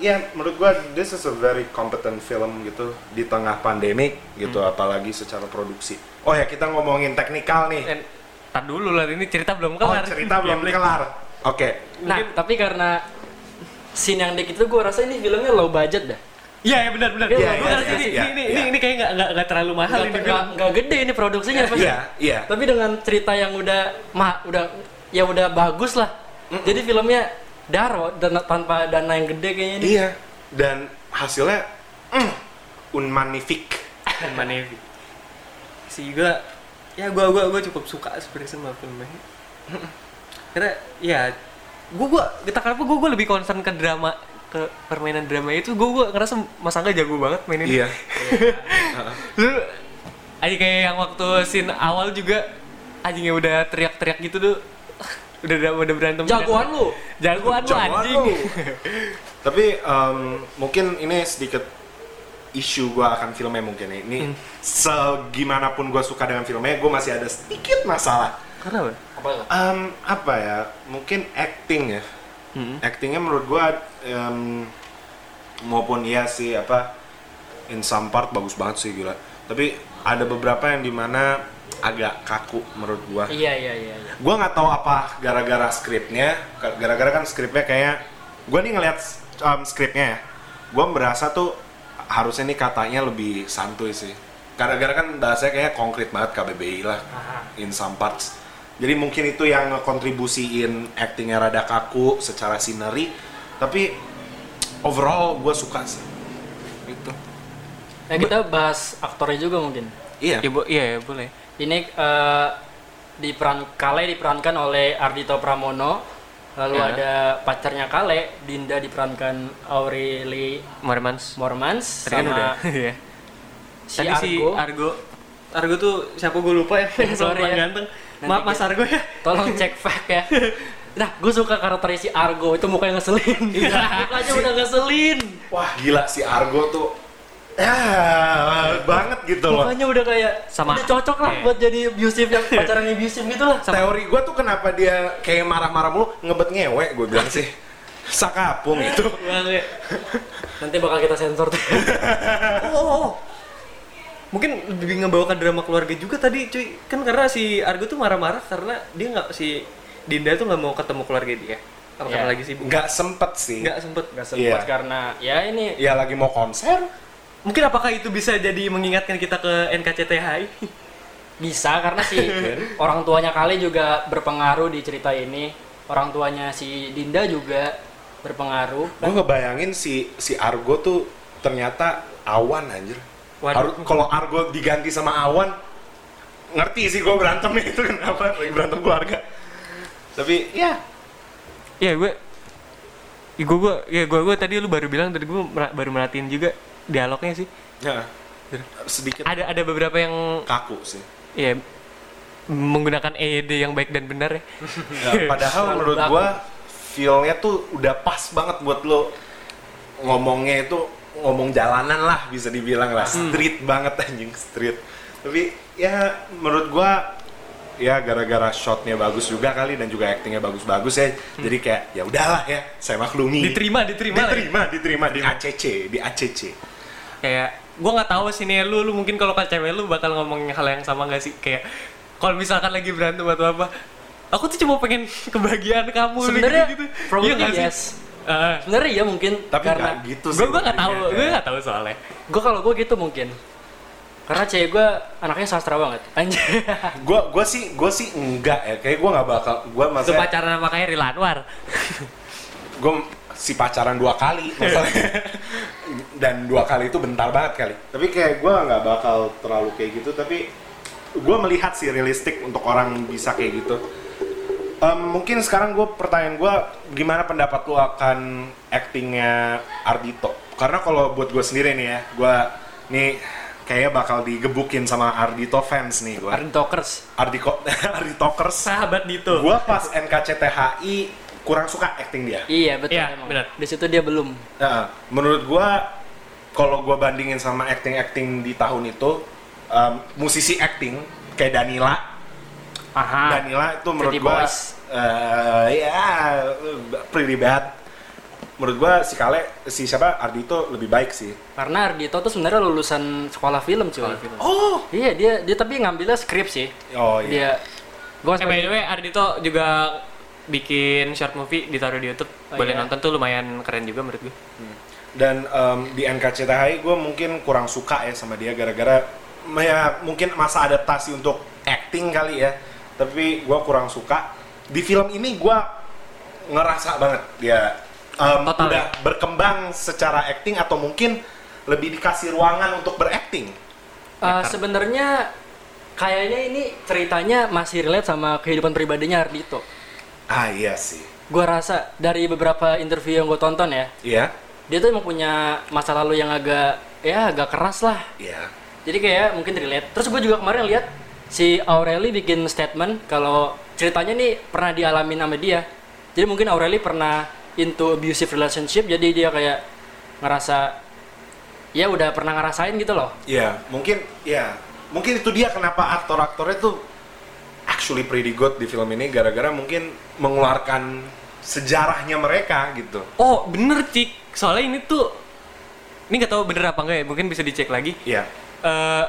[SPEAKER 3] ya menurut gue this is a very competent film gitu di tengah pandemik gitu apalagi secara produksi oh ya kita ngomongin teknikal nih
[SPEAKER 2] Dan tar dulu lah ini cerita belum
[SPEAKER 3] oh
[SPEAKER 2] kelar.
[SPEAKER 3] cerita belum kelar oke
[SPEAKER 4] nah tapi karena scene yang dikit itu gue rasa ini filmnya low budget dah
[SPEAKER 5] Iya, ya, benar benar.
[SPEAKER 4] Iya,
[SPEAKER 5] Gua
[SPEAKER 4] iya,
[SPEAKER 5] gua ngerti
[SPEAKER 3] iya,
[SPEAKER 5] ini
[SPEAKER 3] iya,
[SPEAKER 5] ini
[SPEAKER 3] iya.
[SPEAKER 5] ini ini kayak nggak nggak nggak terlalu mahal ini
[SPEAKER 4] nggak
[SPEAKER 5] film.
[SPEAKER 4] nggak- nggak gede ini produksinya pasti.
[SPEAKER 3] iya iya
[SPEAKER 4] tapi dengan cerita yang udah mah udah ya udah bagus lah jadi filmnya daro dan tanpa dana yang gede kayaknya ini
[SPEAKER 3] iya dan hasilnya mm, unmanifique
[SPEAKER 2] Manevi.
[SPEAKER 5] sih gua ya gua gua gua cukup suka sebenarnya sama filmnya karena ya
[SPEAKER 2] Gue gue kita kenapa gue gue lebih concern ke drama ke permainan drama itu gue gue ngerasa Mas Angga jago banget mainin.
[SPEAKER 3] iya
[SPEAKER 2] Lu aja kayak yang waktu scene awal juga anjingnya udah teriak-teriak gitu tuh. udah udah berantem.
[SPEAKER 4] jagoan lu
[SPEAKER 2] Jagoan lu
[SPEAKER 3] Jagoan
[SPEAKER 2] anjing.
[SPEAKER 3] lu. Tapi em, mungkin ini sedikit isu gua akan filmnya mungkin ya. ini. Segimanapun gua suka dengan filmnya, gua masih ada sedikit masalah.
[SPEAKER 2] Kenapa?
[SPEAKER 4] apa
[SPEAKER 3] Em, apa ya? Mungkin acting ya. Actingnya menurut gua em, maupun iya sih apa in some part bagus banget sih gila. Tapi ada beberapa yang dimana agak kaku menurut gua
[SPEAKER 4] iya iya iya iya.
[SPEAKER 3] gue nggak tahu apa gara-gara skripnya gara-gara kan skripnya kayaknya gue nih ngeliat um, skripnya ya gue merasa tuh harusnya nih katanya lebih santuy sih gara-gara kan bahasanya kayaknya konkret banget KBBI lah in some parts jadi mungkin itu yang kontribusiin actingnya rada kaku secara sineri tapi overall gue suka sih Gitu. itu
[SPEAKER 4] Nah, kita bahas aktornya juga mungkin
[SPEAKER 3] iya
[SPEAKER 2] Ya, bo- iya, ya, boleh.
[SPEAKER 4] ini eh, diperan Kale diperankan oleh Ardito Pramono lalu
[SPEAKER 2] Ya.
[SPEAKER 4] ada pacarnya Kale Dinda diperankan Aureli
[SPEAKER 2] Mormans.
[SPEAKER 4] Mormans
[SPEAKER 2] Tadi kan udah.
[SPEAKER 4] sama
[SPEAKER 2] Iya.
[SPEAKER 4] si
[SPEAKER 2] Tadi si
[SPEAKER 4] Argo
[SPEAKER 2] Argo.
[SPEAKER 5] Argo tuh siapa gue lupa ya
[SPEAKER 4] Sorry
[SPEAKER 5] Orang
[SPEAKER 4] ya.
[SPEAKER 5] ganteng
[SPEAKER 4] Nanti
[SPEAKER 5] maaf mas
[SPEAKER 4] kita-
[SPEAKER 5] Argo ya
[SPEAKER 4] tolong cek fact ya nah gue suka karakternya si Argo itu mukanya ngeselin
[SPEAKER 2] Iya.
[SPEAKER 4] mukanya udah ngeselin
[SPEAKER 3] wah gila si Argo tuh ah, banget gitu loh
[SPEAKER 4] mukanya udah kayak
[SPEAKER 2] Sama-
[SPEAKER 4] udah cocok lah
[SPEAKER 2] Iya.
[SPEAKER 4] buat jadi abusive yang pacaran abusive gitu lah
[SPEAKER 3] teori gue tuh kenapa dia kayak marah-marah mulu ngebet ngewe gue bilang sih sakapung itu
[SPEAKER 4] nanti bakal kita sensor tuh
[SPEAKER 5] oh, oh, oh. mungkin lebih ngebawakan drama keluarga juga tadi cuy kan karena si Argo tuh marah-marah karena dia nggak si Dinda tuh nggak mau ketemu keluarga dia apa karena
[SPEAKER 4] Iya.
[SPEAKER 5] lagi sibuk
[SPEAKER 3] nggak sempet sih
[SPEAKER 5] nggak sempet
[SPEAKER 4] nggak
[SPEAKER 3] Iya.
[SPEAKER 4] sempat karena ya ini
[SPEAKER 3] ya lagi mau konser
[SPEAKER 5] mungkin apakah itu bisa jadi mengingatkan kita ke NKCTHI
[SPEAKER 4] bisa karena si orang tuanya kali juga berpengaruh di cerita ini orang tuanya si Dinda juga berpengaruh
[SPEAKER 3] gue ngebayangin si si Argo tuh ternyata awan anjir
[SPEAKER 5] Waduh.
[SPEAKER 3] Harus- kalau Argo diganti sama awan ngerti sih gue berantem nih itu kenapa lagi berantem keluarga tapi ya
[SPEAKER 2] Iya, gue Ih, gue gue ya gue gue tadi lu baru bilang tadi gue mer- baru merhatiin juga dialognya sih
[SPEAKER 5] Iya.
[SPEAKER 3] ya, sedikit
[SPEAKER 2] ada ada beberapa yang
[SPEAKER 3] kaku sih
[SPEAKER 2] ya menggunakan ED yang baik dan benar ya
[SPEAKER 3] Ya, padahal menurut gua feel-nya tuh udah pas banget buat lo ngomongnya itu ngomong jalanan lah bisa dibilang lah
[SPEAKER 5] Hmm.
[SPEAKER 3] street banget anjing street tapi ya menurut gua ya gara-gara shotnya bagus juga kali dan juga actingnya bagus-bagus ya jadi kayak ya udahlah ya saya
[SPEAKER 5] Hmm.
[SPEAKER 3] maklumi
[SPEAKER 5] diterima diterima lah ya.
[SPEAKER 3] diterima diterima di ACC di ACC
[SPEAKER 2] kayak gue nggak tahu sih nih lu lu mungkin kalau ke cewek lu bakal ngomongin hal yang sama gak sih kayak
[SPEAKER 5] kalau misalkan lagi berantem atau apa aku tuh cuma pengen kebahagiaan kamu
[SPEAKER 4] Sebenarnya
[SPEAKER 2] Iya
[SPEAKER 4] probably
[SPEAKER 5] nggak sih?
[SPEAKER 4] yes.
[SPEAKER 5] Eh,
[SPEAKER 4] Sebenarnya ya mungkin
[SPEAKER 3] Tapi
[SPEAKER 4] karena
[SPEAKER 3] nggak gitu sih.
[SPEAKER 5] gue gue nggak tahu
[SPEAKER 3] sebenarnya.
[SPEAKER 5] gue nggak tahu soalnya
[SPEAKER 4] gue kalau gue gitu mungkin. Karena cewek gue anaknya sastra banget. Anjir.
[SPEAKER 3] Gua gua sih gua sih enggak ya. Kayak gua nggak bakal gua
[SPEAKER 5] itu
[SPEAKER 3] maksudnya
[SPEAKER 5] pacaran sama kayak Rila Anwar
[SPEAKER 3] gua si pacaran dua kali masalahnya. Dan dua kali itu bentar banget kali. Tapi kayak gua nggak bakal terlalu kayak gitu tapi gua melihat sih realistik untuk orang bisa kayak gitu. Em, mungkin sekarang gue pertanyaan gue gimana pendapat lu akan actingnya Ardito karena kalau buat gue sendiri nih ya gue nih kayaknya bakal digebukin sama Ardito fans nih gue
[SPEAKER 4] Arden Talkers.
[SPEAKER 3] Ardiko Arditalkers
[SPEAKER 5] sahabat Dito
[SPEAKER 3] gue pas NKCTHI kurang suka acting dia
[SPEAKER 4] Iya betul.
[SPEAKER 5] Iya,
[SPEAKER 4] emang.
[SPEAKER 5] benar.
[SPEAKER 4] Di situ dia belum.
[SPEAKER 3] Heeh. Nah, menurut gue kalau gue bandingin sama acting-acting di tahun itu em, musisi acting kayak Danila
[SPEAKER 4] Aha.
[SPEAKER 3] Danila itu menurut
[SPEAKER 4] Ah, Pretty
[SPEAKER 3] gua
[SPEAKER 4] Boys.
[SPEAKER 3] eh, ya pretty bad. Menurut gua si Kale si siapa Ardito lebih baik sih.
[SPEAKER 4] Karena Ardito tuh sebenarnya lulusan sekolah film cuy.
[SPEAKER 3] Oh.
[SPEAKER 4] Iya dia dia tapi ngambilnya skrip sih.
[SPEAKER 3] Oh iya.
[SPEAKER 4] Dia gue
[SPEAKER 2] Eh, by the way, Ardito juga bikin short movie ditaruh di YouTube.
[SPEAKER 4] Oh,
[SPEAKER 2] Boleh
[SPEAKER 4] iya.
[SPEAKER 2] nonton tuh lumayan keren juga menurut gue.
[SPEAKER 3] Dan em, di NKCTHI gua mungkin kurang suka ya sama dia gara-gara m- ya mungkin masa adaptasi untuk acting kali ya. Tapi gua kurang suka. Di film ini gua ngerasa banget dia em,
[SPEAKER 2] Total
[SPEAKER 3] udah berkembang secara acting atau mungkin lebih dikasih ruangan untuk beracting.
[SPEAKER 4] Eh, sebenarnya kayaknya ini ceritanya masih relate sama kehidupan pribadinya Ardito.
[SPEAKER 3] Ah iya sih.
[SPEAKER 4] Gue rasa dari beberapa interview yang gue tonton ya,
[SPEAKER 3] Iya.
[SPEAKER 4] dia tuh emang punya masa lalu yang agak ya agak keras lah.
[SPEAKER 3] Iya.
[SPEAKER 4] Jadi kayak mungkin relate. Terus gue juga kemarin lihat si Aureli bikin statement kalau ceritanya nih pernah dialami sama dia. Jadi mungkin Aureli pernah into abusive relationship, jadi dia kayak ngerasa ya udah pernah ngerasain gitu loh.
[SPEAKER 3] Iya, mungkin ya. Mungkin itu dia kenapa aktor-aktornya tuh actually pretty good di film ini gara-gara mungkin mengeluarkan sejarahnya mereka gitu.
[SPEAKER 2] Oh, bener Cik. Soalnya ini tuh ini nggak tahu bener apa enggak ya, mungkin bisa dicek lagi.
[SPEAKER 3] Iya.
[SPEAKER 2] Eh,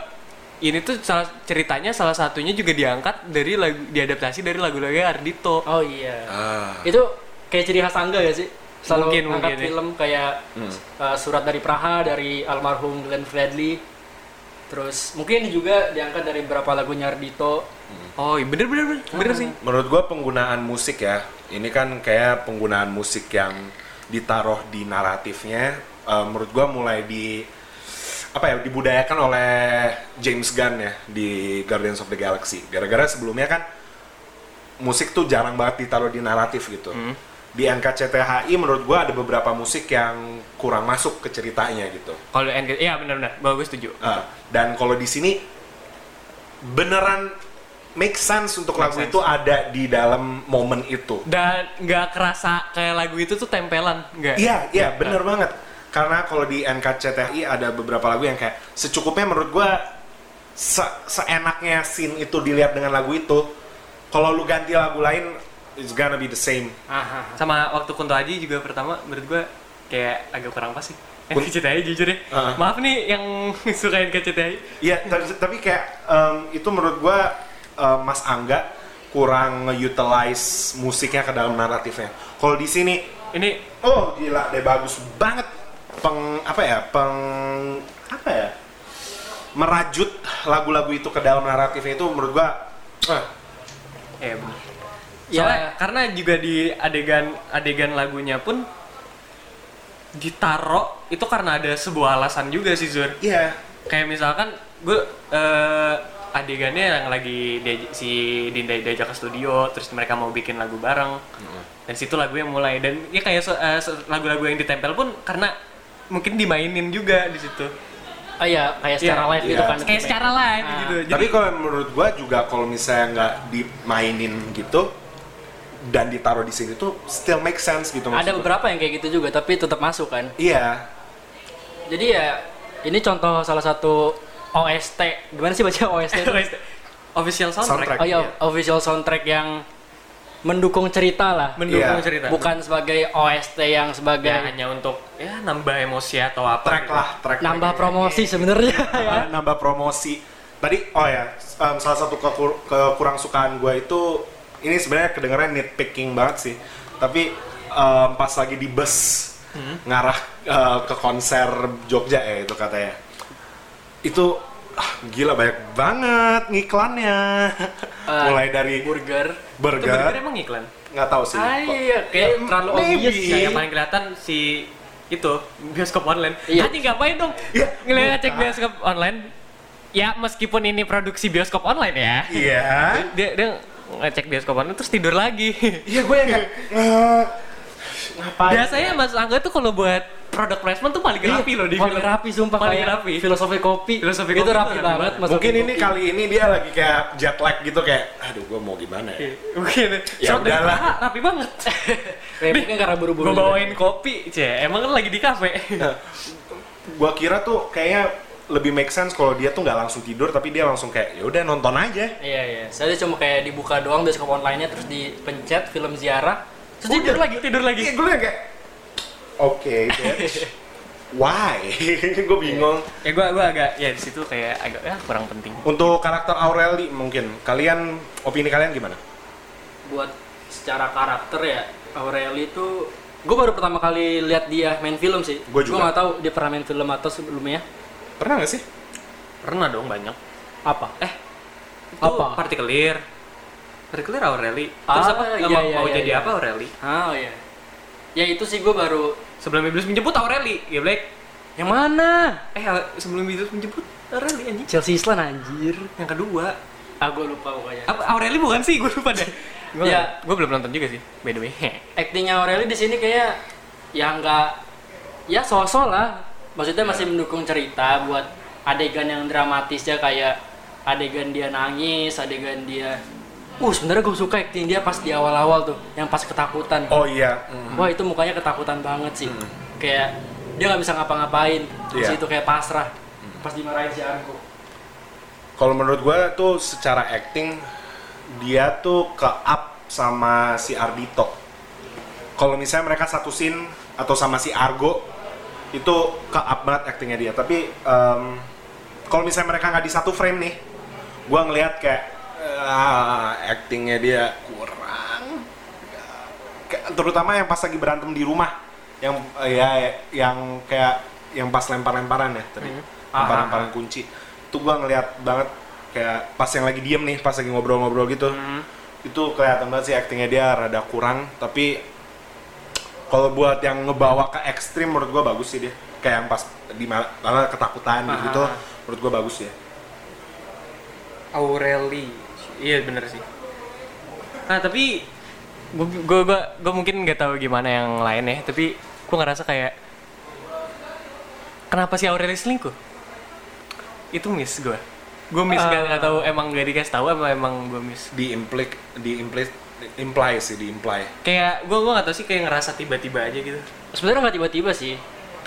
[SPEAKER 2] ini tuh salah, ceritanya salah satunya juga diangkat dari lagu diadaptasi dari lagu-lagu Ardito.
[SPEAKER 4] Oh iya.
[SPEAKER 3] Ah.
[SPEAKER 4] Itu kayak ciri khas Angga ya sih? Selalu
[SPEAKER 2] Mungkin,
[SPEAKER 4] angkat
[SPEAKER 2] mungkin ya.
[SPEAKER 4] film kayak uh, Surat dari Praha dari almarhum Glenn Fredly. Terus mungkin juga diangkat dari beberapa lagunya Ardito.
[SPEAKER 2] Oh, iya, bener bener bener, bener sih.
[SPEAKER 3] Menurut gua penggunaan musik ya. Ini kan kayak penggunaan musik yang ditaruh di naratifnya eh, menurut gua mulai di apa ya dibudayakan oleh James Gunn ya di Guardians of the Galaxy. Gara-gara sebelumnya kan musik tuh jarang banget ditaruh di naratif gitu. Di NKCTHI menurut gua ada beberapa musik yang kurang masuk ke ceritanya gitu.
[SPEAKER 2] Kalau NG, iya bener bener, bagus setuju.
[SPEAKER 3] Ah, dan kalau di sini beneran make sense untuk lagu itu ada di dalam momen itu.
[SPEAKER 2] Dan nggak kerasa kayak lagu itu tuh tempelan, nggak?
[SPEAKER 3] Iya, iya, bener banget. Karena kalau di NKCTI ada beberapa lagu yang kayak secukupnya menurut gua se- seenaknya scene itu dilihat dengan lagu itu. Kalau lu ganti lagu lain, it's gonna be the same.
[SPEAKER 4] Aha.
[SPEAKER 2] sama waktu Kunto Aji juga pertama menurut gue kayak agak kurang pas sih
[SPEAKER 3] Kun-
[SPEAKER 2] KCTI jujur ya
[SPEAKER 3] Heeh.
[SPEAKER 2] maaf nih yang sukain KCTI
[SPEAKER 3] Iya, tapi, tapi kayak em, itu menurut gua em, Mas Angga kurang utilize musiknya ke dalam naratifnya. Kalau di sini,
[SPEAKER 2] ini
[SPEAKER 3] oh gila deh bagus banget peng apa ya peng apa ya merajut lagu-lagu itu ke dalam naratifnya itu menurut gua eh,
[SPEAKER 2] ya bener
[SPEAKER 4] Ya.
[SPEAKER 2] Soalnya, karena juga di adegan adegan lagunya pun ditaro itu karena ada sebuah alasan juga sih Zur
[SPEAKER 3] iya
[SPEAKER 2] kayak misalkan gue adegannya yang lagi dia- si Dinda diajak ke studio terus mereka mau bikin lagu bareng dan situ lagunya mulai dan ya kayak so- eh, so- lagu-lagu yang ditempel pun karena mungkin dimainin juga di situ
[SPEAKER 4] Oh iya, kayak secara
[SPEAKER 2] Iya,
[SPEAKER 4] live gitu
[SPEAKER 3] iya.
[SPEAKER 4] kan.
[SPEAKER 2] kayak secara lain
[SPEAKER 4] Ah.
[SPEAKER 2] gitu
[SPEAKER 3] tapi kalau menurut gua juga kalau misalnya nggak dimainin gitu dan ditaruh di sini tuh still make sense gitu maksud
[SPEAKER 4] Ada
[SPEAKER 3] gua.
[SPEAKER 4] beberapa yang kayak gitu juga, tapi tetap masuk kan.
[SPEAKER 3] iya
[SPEAKER 4] Jadi ya ini contoh salah satu OST. Gimana sih baca OST? itu?
[SPEAKER 2] jadi official soundtrack,
[SPEAKER 3] Soundtrack.
[SPEAKER 4] oh iya,
[SPEAKER 3] iya.
[SPEAKER 4] official soundtrack yang mendukung cerita lah.
[SPEAKER 2] mendukung
[SPEAKER 3] Iya.
[SPEAKER 2] cerita
[SPEAKER 4] Bukan sebagai OST yang sebagai
[SPEAKER 2] ya, hanya untuk ya nambah emosi atau apa
[SPEAKER 3] track
[SPEAKER 2] gitu.
[SPEAKER 3] lah track
[SPEAKER 4] nambah promosi sebenarnya ya.
[SPEAKER 3] nambah promosi Tadi oh ya, s- em, salah satu kekur- kekurang sukaan gue itu ini sebenarnya kedengeran nitpicking banget sih. Tapi em, pas lagi di bus
[SPEAKER 4] Hmm.
[SPEAKER 3] ngarah eh, ke konser Jogja ya itu katanya. Itu ah, gila banyak banget ngiklannya.
[SPEAKER 4] Eh,
[SPEAKER 3] Mulai dari
[SPEAKER 4] burger
[SPEAKER 5] Itu burger
[SPEAKER 3] burger
[SPEAKER 5] emang iklan.
[SPEAKER 3] nggak tahu sih.
[SPEAKER 4] ah iya kayak terlalu
[SPEAKER 3] maybe.
[SPEAKER 4] obvious
[SPEAKER 5] Ya,
[SPEAKER 4] ya
[SPEAKER 5] yang paling kelihatan si itu bioskop online.
[SPEAKER 4] Iya.
[SPEAKER 2] Anjing ngapain dong?
[SPEAKER 3] Iya.
[SPEAKER 2] Ngelihat cek bioskop online. Ya meskipun ini produksi bioskop online ya.
[SPEAKER 3] Iya.
[SPEAKER 2] Dia dia ngecek bioskop online terus tidur lagi.
[SPEAKER 3] Iya gue yang kayak "Eh, ngapain?
[SPEAKER 2] Biasanya Mas Angga tuh kalau buat produk placement tuh paling rapi loh di
[SPEAKER 4] Iya, paling
[SPEAKER 2] film.
[SPEAKER 4] rapi sumpah
[SPEAKER 2] Paling
[SPEAKER 4] kayak
[SPEAKER 2] rapi.
[SPEAKER 4] filosofi kopi
[SPEAKER 2] Filosofi
[SPEAKER 4] itu
[SPEAKER 2] kopi tuh
[SPEAKER 4] rapi
[SPEAKER 2] rapi
[SPEAKER 4] banget gitu. mas
[SPEAKER 3] Mungkin ini kali ini dia lagi kayak jet lag gitu kayak aduh gue mau gimana ya.
[SPEAKER 4] Iya.
[SPEAKER 5] Mungkin.
[SPEAKER 3] Ya
[SPEAKER 2] Shot dari
[SPEAKER 3] udahlah.
[SPEAKER 2] paha, rapi banget.
[SPEAKER 4] kayak
[SPEAKER 3] kan
[SPEAKER 4] mungkin karena buru-buru
[SPEAKER 2] Gue
[SPEAKER 3] ya.
[SPEAKER 4] juga.
[SPEAKER 2] bawain kopi, cie. Emang kan lagi di kafe.
[SPEAKER 3] Gua kira tuh kayaknya lebih make sense kalau dia tuh nggak langsung tidur tapi dia langsung kayak ya udah nonton aja.
[SPEAKER 4] iya iya saya cuma kayak dibuka doang bioskop online-nya terus dipencet film ziarah terus tidur lagi
[SPEAKER 2] tidur lagi.
[SPEAKER 3] Iya gue kayak oke bitch. Why? gue bingung.
[SPEAKER 2] Ya gue gua agak ya di situ kayak agak ya kurang penting.
[SPEAKER 3] Untuk karakter Aureli mungkin kalian opini kalian gimana?
[SPEAKER 4] buat secara karakter ya Aureli itu gue baru pertama kali lihat dia main film sih
[SPEAKER 3] Gua juga.
[SPEAKER 4] Gua nggak tahu dia pernah main film atau sebelumnya
[SPEAKER 3] Pernah gak sih?
[SPEAKER 5] Pernah dong banyak.
[SPEAKER 4] apa eh
[SPEAKER 5] Itu
[SPEAKER 4] Apa?
[SPEAKER 5] Partikelir. Partikelir Aureli.
[SPEAKER 4] Ah,
[SPEAKER 5] Terus apa?
[SPEAKER 4] iya,
[SPEAKER 5] mau,
[SPEAKER 4] iya,
[SPEAKER 5] mau
[SPEAKER 4] iya,
[SPEAKER 5] jadi
[SPEAKER 4] iya.
[SPEAKER 5] apa Aureli?
[SPEAKER 4] ah ya ya itu sih gue baru
[SPEAKER 5] Sebelum iblis menjemput Aureli, ya Black.
[SPEAKER 4] yang mana
[SPEAKER 5] Eh, sebelum iblis menjemput Aureli anjing.
[SPEAKER 4] Chelsea Islan anjir
[SPEAKER 5] Yang kedua,
[SPEAKER 4] ah gue lupa
[SPEAKER 2] Iya.
[SPEAKER 4] pokoknya
[SPEAKER 5] apa Aureli bukan sih? Gue lupa deh.
[SPEAKER 2] Gue
[SPEAKER 4] Ya.
[SPEAKER 2] gua belum nonton juga sih, by the way.
[SPEAKER 4] aktingnya Aureli di sini kayak ya nggak ya sosok lah maksudnya masih
[SPEAKER 3] Iya.
[SPEAKER 4] mendukung cerita buat adegan yang dramatisnya kayak adegan dia nangis adegan dia uh sebenarnya gue suka akting dia pas di awal-awal tuh yang pas ketakutan
[SPEAKER 3] Oh iya. Mm.
[SPEAKER 4] wah itu mukanya ketakutan banget sih kayak dia nggak bisa ngapa-ngapain di
[SPEAKER 3] Iya. Hmm.
[SPEAKER 4] situ kayak pasrah pas dimarahin si Argo
[SPEAKER 3] Kalau menurut gue tuh secara acting dia tuh ke up sama si Ardito. Kalau misalnya mereka satu scene atau sama si Argo itu ke up banget actingnya dia. Tapi em, kalau misalnya mereka nggak di satu frame nih, gue ngelihat kayak ah, actingnya dia kurang. Kayak- Terutama yang pas lagi berantem di rumah, yang eh, ya yang kayak yang pas lempar-lemparan ya tadi, lempar-lemparan kunci. Itu gue ngelihat banget kayak pas yang lagi diem nih, pas lagi ngobrol-ngobrol gitu. Itu kelihatan banget sih actingnya dia rada kurang, tapi kalau buat yang ngebawa ke ekstrim menurut gua bagus sih dia kayak yang pas di ma- apa, ketakutan gitu menurut gua bagus ya
[SPEAKER 5] Aureli. Iya bener sih. Nah, tapi
[SPEAKER 2] Gue gua, gua mungkin nggak tahu gimana yang lain ya, tapi gue ngerasa kayak kenapa sih Aureli selingkuh? Itu miss gue. Gue miss nggak nggak tahu emang gak dikasih tahu apa emang gue miss.
[SPEAKER 3] di implik di implik imply sih di imply
[SPEAKER 5] kayak gue gue nggak tahu sih kayak ngerasa tiba-tiba aja gitu.
[SPEAKER 4] sebenarnya nggak tiba-tiba sih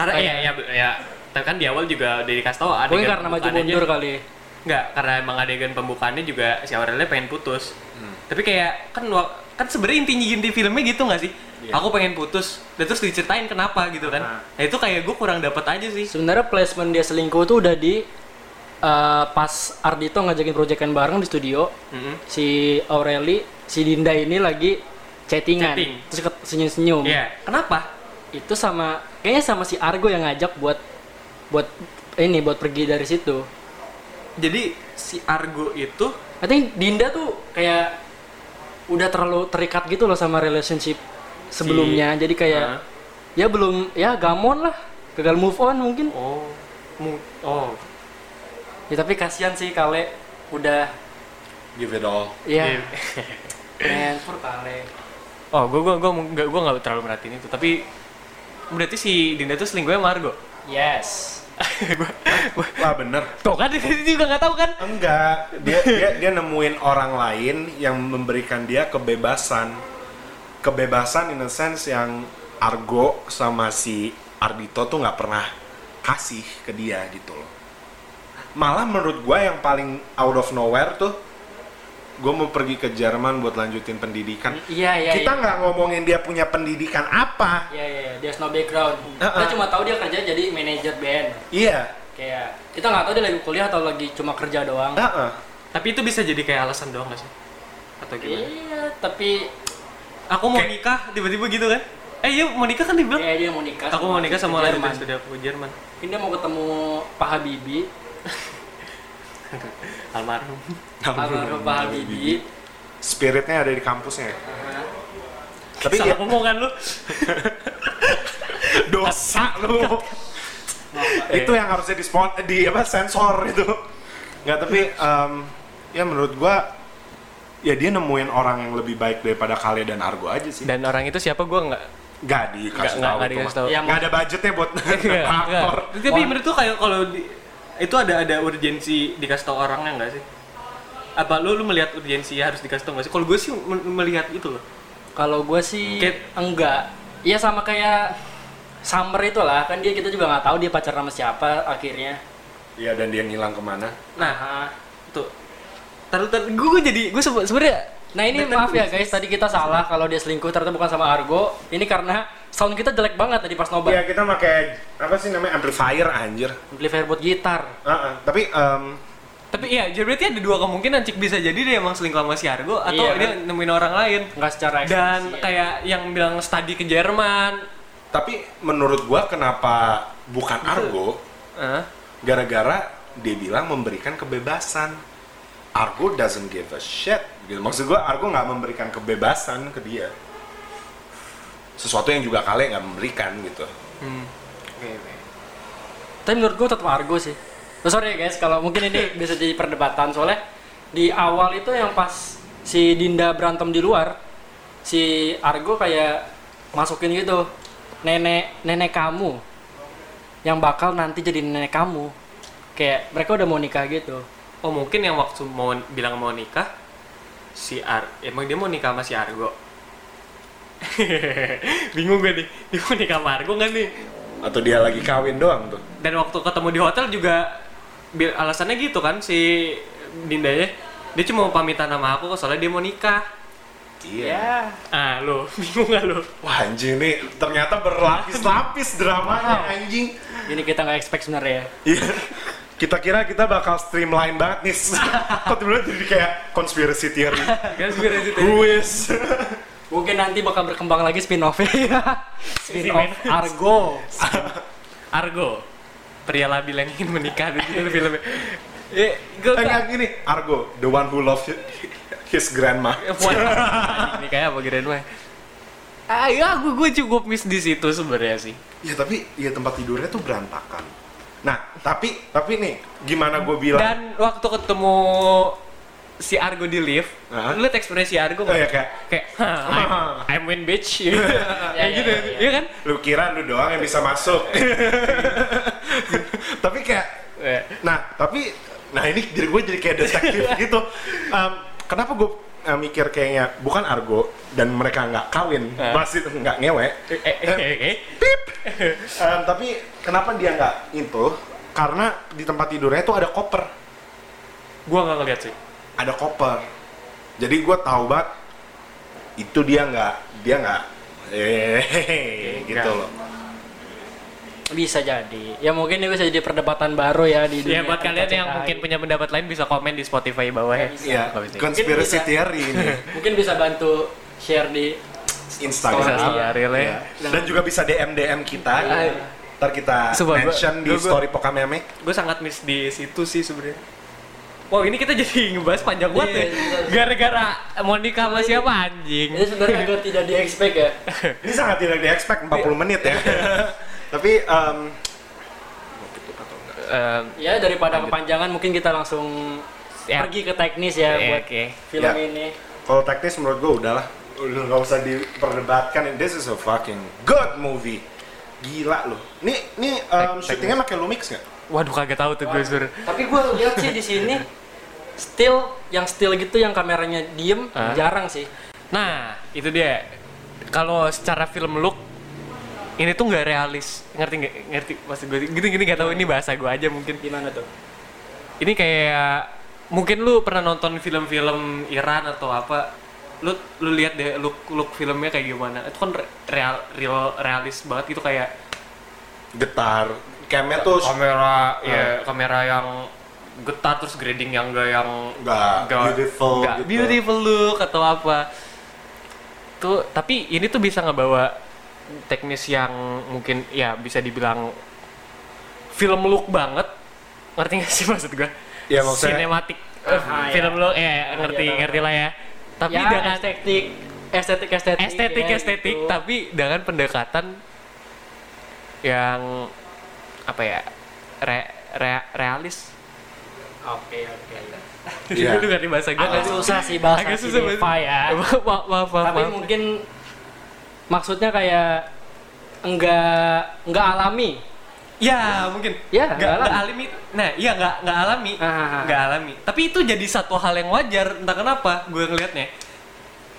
[SPEAKER 5] Karena
[SPEAKER 4] Kayak-
[SPEAKER 5] ya, ya, ya, tapi kan di awal juga udah dikasih tahu adegan
[SPEAKER 4] mungkin karena maju
[SPEAKER 5] pembukaannya aja.
[SPEAKER 4] mundur kali
[SPEAKER 5] Nggak, karena emang adegan pembukaannya juga si Aurelia pengen putus.
[SPEAKER 2] Hmm.
[SPEAKER 5] Tapi kayak kan wa- kan sebenarnya intinya inti filmnya gitu nggak sih?
[SPEAKER 2] Iya.
[SPEAKER 5] Aku pengen putus, dan terus diceritain kenapa gitu kan? Nah itu kayak gue kurang dapet aja sih.
[SPEAKER 4] Sebenarnya placement dia selingkuh tuh udah di eh, pas Ardito ngajakin proyekan bareng di studio. Si Aureli, si Dinda ini lagi chattingan.
[SPEAKER 5] Chatting.
[SPEAKER 4] Terus ke- senyum-senyum.
[SPEAKER 5] Iya, kenapa?
[SPEAKER 4] Itu sama kayaknya sama si Argo yang ngajak buat buat ini buat pergi dari situ.
[SPEAKER 5] Jadi si Argo itu
[SPEAKER 4] I think Dinda tuh kayak udah terlalu terikat gitu loh sama relationship sebelumnya. Jadi kayak
[SPEAKER 5] Ah.
[SPEAKER 4] ya belum ya gamon lah. Gagal move on mungkin.
[SPEAKER 5] oh mu- oh
[SPEAKER 4] Ya tapi kasihan sih Kale udah
[SPEAKER 3] give it all
[SPEAKER 4] Iya. Transfer kali.
[SPEAKER 2] Oh, gue gua gua nggak gua nggak terlalu merhatiin itu, tapi berarti si Dinda tuh selingkuhnya sama Argo.
[SPEAKER 4] Yes.
[SPEAKER 3] lah bener
[SPEAKER 2] Tuh kan dia juga nggak tahu kan?
[SPEAKER 3] enggak dia, dia dia nemuin orang lain yang memberikan dia kebebasan kebebasan in a sense yang Argo sama si Ardito tuh nggak pernah kasih ke dia gitu loh malah menurut gua yang paling out of nowhere tuh gue mau pergi ke Jerman buat lanjutin pendidikan
[SPEAKER 4] Iya iya.
[SPEAKER 3] kita
[SPEAKER 4] iya.
[SPEAKER 3] nggak ngomongin dia punya pendidikan apa
[SPEAKER 4] Iya iya. iya. Dia snow background.
[SPEAKER 3] Uh-uh.
[SPEAKER 4] Kita cuma tahu dia kerja jadi manajer band.
[SPEAKER 3] iya
[SPEAKER 2] kayak
[SPEAKER 4] kita nggak tahu dia lagi kuliah atau lagi cuma kerja doang
[SPEAKER 3] Heeh.
[SPEAKER 2] tapi itu bisa jadi kayak alasan doang gak sih atau gimana
[SPEAKER 4] iya tapi
[SPEAKER 2] aku mau nikah tiba-tiba gitu kan eh iya mau nikah kan dibilang
[SPEAKER 4] kayak dia mau nikah
[SPEAKER 2] aku mau nikah sama lagi
[SPEAKER 4] Jerman.
[SPEAKER 2] dari studi aku Jerman
[SPEAKER 4] mungkin dia mau ketemu Pak Habibie
[SPEAKER 2] almarhum
[SPEAKER 4] almarhum Pak Habibie
[SPEAKER 3] Spiritnya ada di kampusnya. ya?
[SPEAKER 2] tapi
[SPEAKER 3] Tapi ya-
[SPEAKER 2] salah
[SPEAKER 3] dia-
[SPEAKER 2] ngomong kan lu
[SPEAKER 3] dosa lu. itu yang harusnya di spon- di apa sensor itu. Nggak tapi em, ya menurut gua ya dia nemuin orang yang lebih baik daripada Kale dan Argo aja sih.
[SPEAKER 6] dan orang itu siapa gue nggak
[SPEAKER 3] Gak
[SPEAKER 6] Nggak-
[SPEAKER 3] dikasih tahu.
[SPEAKER 6] nggak
[SPEAKER 3] itu
[SPEAKER 6] dikasih
[SPEAKER 3] mah.
[SPEAKER 6] tahu. Iya,
[SPEAKER 4] Ya,
[SPEAKER 3] Nggak ada budgetnya buat
[SPEAKER 6] Nggak,
[SPEAKER 3] aktor.
[SPEAKER 2] tapi menurut tuh kayak kalau di- itu ada ada urgensi dikasih tau orangnya nggak sih apa lu lu melihat urgensi harus dikasih tau nggak sih kalau gue sih men- melihat itu loh
[SPEAKER 4] kalau gue sih
[SPEAKER 2] Kayak-
[SPEAKER 4] enggak ya sama kayak Summer itulah kan dia kita juga nggak tahu dia pacar sama siapa akhirnya
[SPEAKER 3] Iya dan dia ngilang kemana?
[SPEAKER 2] nah
[SPEAKER 4] nah,
[SPEAKER 2] tuh taruh taruh gue jadi gue sebenarnya
[SPEAKER 4] nah ini maaf ya guys tadi kita salah kalau dia selingkuh ternyata bukan sama Argo ini karena sound kita jelek banget tadi pas
[SPEAKER 3] Iya
[SPEAKER 4] nobar
[SPEAKER 3] kita pakai apa sih namanya amplifier anjir.
[SPEAKER 4] beli buat gitar
[SPEAKER 3] Heeh, Tapi em,
[SPEAKER 2] tapi iya jadi berarti ada dua kemungkinan cik bisa jadi dia emang selingkuh sama si Argo atau
[SPEAKER 4] Iya.
[SPEAKER 2] dia nemuin orang lain
[SPEAKER 4] nggak secara
[SPEAKER 2] dan
[SPEAKER 4] eksplisit.
[SPEAKER 2] kayak yang bilang study ke Jerman
[SPEAKER 3] tapi menurut gua kenapa bukan Argo?
[SPEAKER 2] Hah?
[SPEAKER 3] gara-gara dia bilang memberikan kebebasan. Argo doesn't give a shit. Gitu. Maksud gua Argo nggak memberikan kebebasan ke dia. Sesuatu yang juga kalian nggak memberikan gitu.
[SPEAKER 4] Tapi menurut gue tetap Argo sih. Oh, sorry ya guys, kalau mungkin ini bisa jadi perdebatan soalnya di awal itu yang pas si Dinda berantem di luar, si Argo kayak masukin gitu nenek nenek kamu yang bakal nanti jadi nenek kamu. Kayak mereka udah mau nikah gitu.
[SPEAKER 2] oh mungkin yang waktu mau bilang mau nikah si Ar emang dia mau nikah sama si Argo bingung gue nih dia mau nikah sama Argo nggak nih
[SPEAKER 3] Atau dia lagi kawin doang tuh.
[SPEAKER 2] dan waktu ketemu di hotel juga bi- alasannya gitu kan si Dinda ya dia cuma mau pamitan sama aku soalnya dia mau nikah
[SPEAKER 3] Iya.
[SPEAKER 2] ah lo bingung gak lo
[SPEAKER 3] Wah anjing nih ternyata berlapis-lapis dramanya anjing.
[SPEAKER 4] Ini kita nggak expect sebenarnya. ya.
[SPEAKER 3] Iya. Kita kira kita bakal streamline banget nih. Kok tiba-tiba jadi kayak conspiracy theory.
[SPEAKER 2] Conspiracy
[SPEAKER 3] Who is?
[SPEAKER 4] Mungkin nanti bakal berkembang lagi spin off spin off Argo.
[SPEAKER 2] Argo pria labil yang ingin menikah di situ filmnya eh gue
[SPEAKER 3] Enggak gini, Argo, the one who loved his grandma.
[SPEAKER 2] ini kayak apa kirain mah ah ya gue gue cukup miss di situ sebenarnya sih
[SPEAKER 3] Ya tapi ya tempat tidurnya tuh berantakan. Nah, tapi tapi nih gimana gue bilang?
[SPEAKER 2] dan waktu ketemu si Argo di lift
[SPEAKER 3] Hah?
[SPEAKER 2] lu liat ekspresi Argo
[SPEAKER 3] Oh,
[SPEAKER 2] nggak?
[SPEAKER 3] ya, kayak,
[SPEAKER 2] kayak "Hah, I'm, I'm win bitch kayak gitu
[SPEAKER 4] ya,
[SPEAKER 2] iya kan
[SPEAKER 3] lu kira lu doang yang bisa masuk. tapi kayak
[SPEAKER 2] Eh,
[SPEAKER 3] nah, tapi nah ini diri gue jadi kayak detektif gitu. Em, kenapa gue mikir kayaknya bukan Argo dan mereka nggak kawin, masih nggak ngewe.
[SPEAKER 2] eh, eh, eh, eh.
[SPEAKER 3] Em, tapi kenapa dia nggak itu? Karena di tempat tidurnya tuh ada koper.
[SPEAKER 2] gua nggak ngeliat sih
[SPEAKER 3] ada koper jadi gue tahu banget itu dia nggak dia nggak eh gitu loh
[SPEAKER 4] Bisa jadi. Ya mungkin ini bisa jadi perdebatan baru ya di
[SPEAKER 2] ya
[SPEAKER 4] dunia
[SPEAKER 2] buat kalian yang
[SPEAKER 4] percintaan.
[SPEAKER 2] mungkin punya pendapat lain bisa komen di Spotify bawah ya
[SPEAKER 3] ya
[SPEAKER 2] Nggak bisa.
[SPEAKER 3] conspiracy
[SPEAKER 4] Mungkin bisa.
[SPEAKER 3] theory ini
[SPEAKER 4] mungkin bisa bantu share di
[SPEAKER 2] bisa
[SPEAKER 3] Instagram
[SPEAKER 2] sih, ya, real ya.
[SPEAKER 3] Ya. dan juga bisa DM DM kita Iya. ntar kita
[SPEAKER 2] Coba gua-
[SPEAKER 3] mention di
[SPEAKER 2] gua- gua-
[SPEAKER 3] story Pokameme
[SPEAKER 2] gue sangat miss di situ sih sebenarnya. Wow ini kita jadi ngebahas panjang
[SPEAKER 4] Iya,
[SPEAKER 2] banget ya.
[SPEAKER 4] iya, iya.
[SPEAKER 2] Gara-gara Monica sama siapa anjing?
[SPEAKER 4] ini sebenarnya agak tidak di expect ya
[SPEAKER 3] ini sangat tidak di expect
[SPEAKER 2] Iya.
[SPEAKER 3] 40 menit ya tapi em,
[SPEAKER 2] Em,
[SPEAKER 4] ya daripada kepanjangan mungkin kita langsung
[SPEAKER 2] Ya.
[SPEAKER 4] pergi ke teknis ya
[SPEAKER 2] Iya,
[SPEAKER 4] buat
[SPEAKER 2] oke.
[SPEAKER 4] film
[SPEAKER 3] Ya.
[SPEAKER 4] ini
[SPEAKER 3] kalau teknis menurut gue udahlah udah nggak usah diperdebatkan this is a fucking good movie gila loh ini ini em, syutingnya pakai Lumix nggak
[SPEAKER 2] waduh kagak tahu tuh gue sur.
[SPEAKER 4] tapi gue lihat sih di sini still yang still gitu yang kameranya diem
[SPEAKER 2] Hah?
[SPEAKER 4] jarang sih
[SPEAKER 2] Nah itu dia. Kalau secara film look ini tuh nggak realis. Ngerti nggak? Ngerti maksud gue? Gini-gini nggak tahu ini bahasa gue aja mungkin.
[SPEAKER 4] gimana tuh
[SPEAKER 2] Ini kayak mungkin lu pernah nonton film-film Iran atau apa? Lu lu lihat deh look look filmnya kayak gimana? Itu kan re- real real realis banget gitu kayak
[SPEAKER 3] getar camnya tuh Ah.
[SPEAKER 5] kamera ya kamera yang getar terus grading yang gak yang
[SPEAKER 3] Nggak beautiful
[SPEAKER 5] nggak
[SPEAKER 3] gitu.
[SPEAKER 5] beautiful look atau apa
[SPEAKER 2] tuh tapi ini tuh bisa ngebawa teknis yang mungkin ya bisa dibilang film look banget ngerti gak sih maksud gua
[SPEAKER 3] Iya, maksudnya-
[SPEAKER 2] sinematik eh,
[SPEAKER 4] Aha,
[SPEAKER 2] film
[SPEAKER 4] ya.
[SPEAKER 2] look eh ngerti
[SPEAKER 4] tahu,
[SPEAKER 2] ngerti lah ya tapi
[SPEAKER 4] ya,
[SPEAKER 2] dengan
[SPEAKER 4] estetik estetik estetik
[SPEAKER 2] estetik
[SPEAKER 4] ya,
[SPEAKER 2] estetik
[SPEAKER 4] gitu.
[SPEAKER 2] tapi dengan pendekatan yang apa ya re- re- realis
[SPEAKER 4] oke oke ya.
[SPEAKER 3] Iya.
[SPEAKER 2] Lu ngerti bahasa gua
[SPEAKER 4] agak
[SPEAKER 2] nggak sih?
[SPEAKER 4] susah sih bahasa
[SPEAKER 2] agak
[SPEAKER 4] si
[SPEAKER 2] susah
[SPEAKER 4] Deva
[SPEAKER 2] banget.
[SPEAKER 4] ya
[SPEAKER 2] maaf maaf maaf,
[SPEAKER 4] tapi
[SPEAKER 2] maaf.
[SPEAKER 4] mungkin maksudnya kayak enggak enggak alami
[SPEAKER 5] ya mungkin
[SPEAKER 4] Ya,
[SPEAKER 5] nggak
[SPEAKER 4] nggak alami.
[SPEAKER 5] nggak alami nah iya nggak nggak alami
[SPEAKER 4] Ah.
[SPEAKER 5] nggak alami tapi itu jadi satu hal yang wajar entah kenapa gue ngelihatnya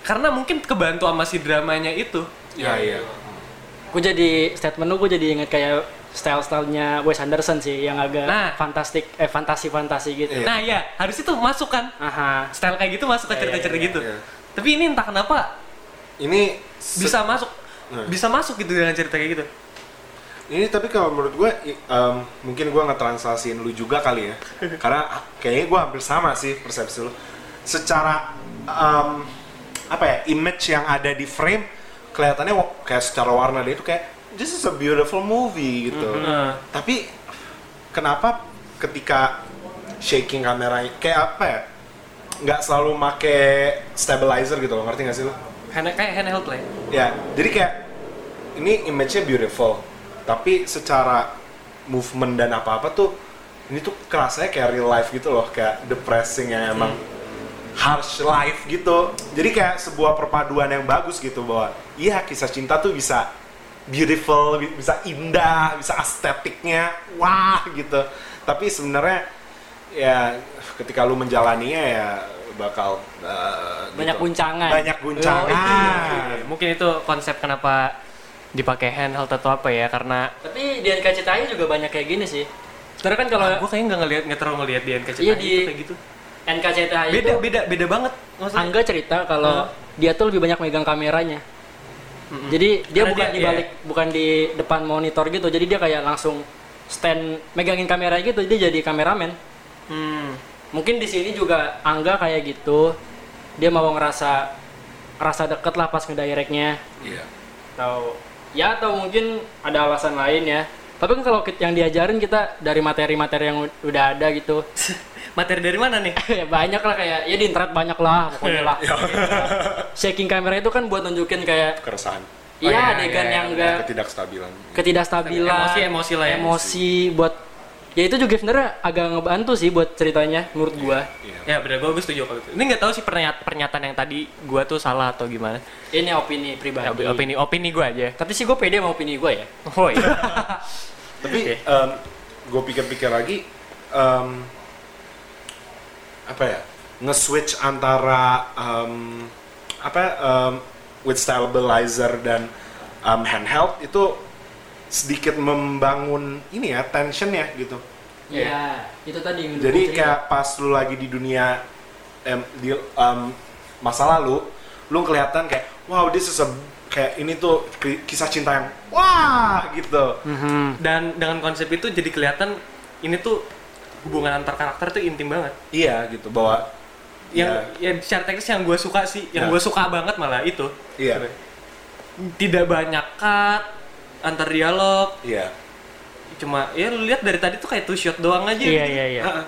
[SPEAKER 5] karena mungkin kebantu sama si dramanya itu
[SPEAKER 3] Iya, iya.
[SPEAKER 4] gue jadi statement lu gue jadi inget kayak style-stylenya Wes Anderson sih yang agak
[SPEAKER 5] Nah.
[SPEAKER 4] fantastik eh fantasi-fantasi gitu.
[SPEAKER 3] Iya.
[SPEAKER 5] nah ya harus itu masuk kan
[SPEAKER 4] Aha.
[SPEAKER 5] style kayak gitu masuk ke cerita-cerita gitu
[SPEAKER 3] iya.
[SPEAKER 5] tapi ini entah kenapa
[SPEAKER 3] Ini
[SPEAKER 5] bisa masuk
[SPEAKER 3] Hmm.
[SPEAKER 5] bisa masuk gitu dengan cerita kayak gitu
[SPEAKER 3] Ini tapi kalau menurut gue, i- em, mungkin gue ngetranslasiin lu juga kali ya, karena kayaknya gue hampir sama sih persepsi lu. Secara em, apa ya image yang ada di frame kelihatannya wa- kayak secara warna dia itu kayak this is a beautiful movie gitu. Tapi kenapa ketika shaking kameranya kayak apa ya? Nggak selalu make stabilizer gitu loh, ngerti nggak sih lu?
[SPEAKER 5] Hand, kayak handheld lah ya.
[SPEAKER 3] Ya, jadi kayak ini image-nya beautiful, tapi secara movement dan apa-apa tuh ini tuh kerasanya kayak real life gitu loh, kayak depressing yang emang
[SPEAKER 4] Hmm.
[SPEAKER 3] harsh life gitu. Jadi kayak sebuah perpaduan yang bagus gitu bahwa iya kisah cinta tuh bisa beautiful, bi- bisa indah, bisa estetiknya wah gitu. Tapi sebenarnya ya ketika lu menjalaninya ya bakal eh,
[SPEAKER 4] Banyak
[SPEAKER 3] gitu.
[SPEAKER 4] guncangan. Oh, iya.
[SPEAKER 3] Banyak guncangan.
[SPEAKER 5] Nah,
[SPEAKER 2] mungkin itu konsep kenapa dipakai handheld atau apa ya karena
[SPEAKER 4] Tapi di NKCTI juga banyak kayak gini sih. Terus kan kalau
[SPEAKER 5] Ah,
[SPEAKER 2] Nah,
[SPEAKER 5] gue kayaknya nggak ngeliat nggak terlalu ngeliat di NKCTI
[SPEAKER 4] Iya,
[SPEAKER 5] itu
[SPEAKER 4] di-
[SPEAKER 5] kayak gitu
[SPEAKER 4] NKCTI
[SPEAKER 5] beda
[SPEAKER 4] itu
[SPEAKER 5] beda beda banget maksudnya
[SPEAKER 4] Angga cerita kalau
[SPEAKER 5] Hmm.
[SPEAKER 4] dia tuh lebih banyak megang kameranya. Jadi dia
[SPEAKER 5] Karena
[SPEAKER 4] bukan
[SPEAKER 5] dia- iya.
[SPEAKER 4] di balik, bukan di depan monitor gitu. Jadi dia kayak langsung stand megangin kamera gitu. Dia jadi kameramen.
[SPEAKER 5] hmm.
[SPEAKER 4] Mungkin di sini juga Angga kayak gitu. Dia mau ngerasa rasa deket lah pas ngedirectnya
[SPEAKER 3] Iya.
[SPEAKER 4] atau ya atau mungkin ada alasan lain ya. Tapi kan kalau kit- yang diajarin kita dari materi-materi yang u- udah ada gitu.
[SPEAKER 5] materi dari mana nih
[SPEAKER 4] ya banyak lah kayak ya di internet banyak lah pokoknya lah. Shaking kamera itu kan buat nunjukin kayak
[SPEAKER 3] keresahan
[SPEAKER 4] Iya
[SPEAKER 5] iya,
[SPEAKER 4] adegan
[SPEAKER 5] iya,
[SPEAKER 4] yang enggak
[SPEAKER 3] ketidakstabilan
[SPEAKER 4] ketidakstabilan
[SPEAKER 5] Emosi- emosi lah ya.
[SPEAKER 4] emosi buat ya itu juga sebenarnya agak ngebantu sih buat ceritanya menurut gua
[SPEAKER 5] ya bener gue setuju kalau itu ini nggak tahu sih pernyat- pernyataan yang tadi gue tuh salah atau gimana
[SPEAKER 4] Iya. ini opini pribadi
[SPEAKER 2] Opi- opini opini gue aja
[SPEAKER 4] tapi sih gua pede sama opini gua ya
[SPEAKER 2] oh iya
[SPEAKER 3] tapi gue pikir-pikir lagi em, apa ya nge-switch antara em, apa em, with stabilizer dan em, handheld itu sedikit membangun ini ya tension ya gitu
[SPEAKER 4] ya itu tadi yang
[SPEAKER 3] jadi
[SPEAKER 4] gua cerita.
[SPEAKER 3] kayak pas lu lagi di dunia em, di em, masa lalu lu kelihatan kayak wow this is a kayak ini tuh ki- kisah cinta yang wah gitu
[SPEAKER 4] Hmm.
[SPEAKER 5] dan dengan konsep itu jadi kelihatan ini tuh hubungan antar karakter tuh intim banget
[SPEAKER 3] Iya gitu bahwa
[SPEAKER 5] yang
[SPEAKER 3] Iya.
[SPEAKER 5] yang secara teknis yang gue suka sih yang
[SPEAKER 3] Ya.
[SPEAKER 5] gue suka banget malah itu
[SPEAKER 3] Iya.
[SPEAKER 5] tidak banyak cut antar dialog
[SPEAKER 3] Iya.
[SPEAKER 5] cuma ya lu lihat dari tadi tuh kayak two shot doang aja gitu.
[SPEAKER 2] Iya, iya, iya.
[SPEAKER 5] Heeh.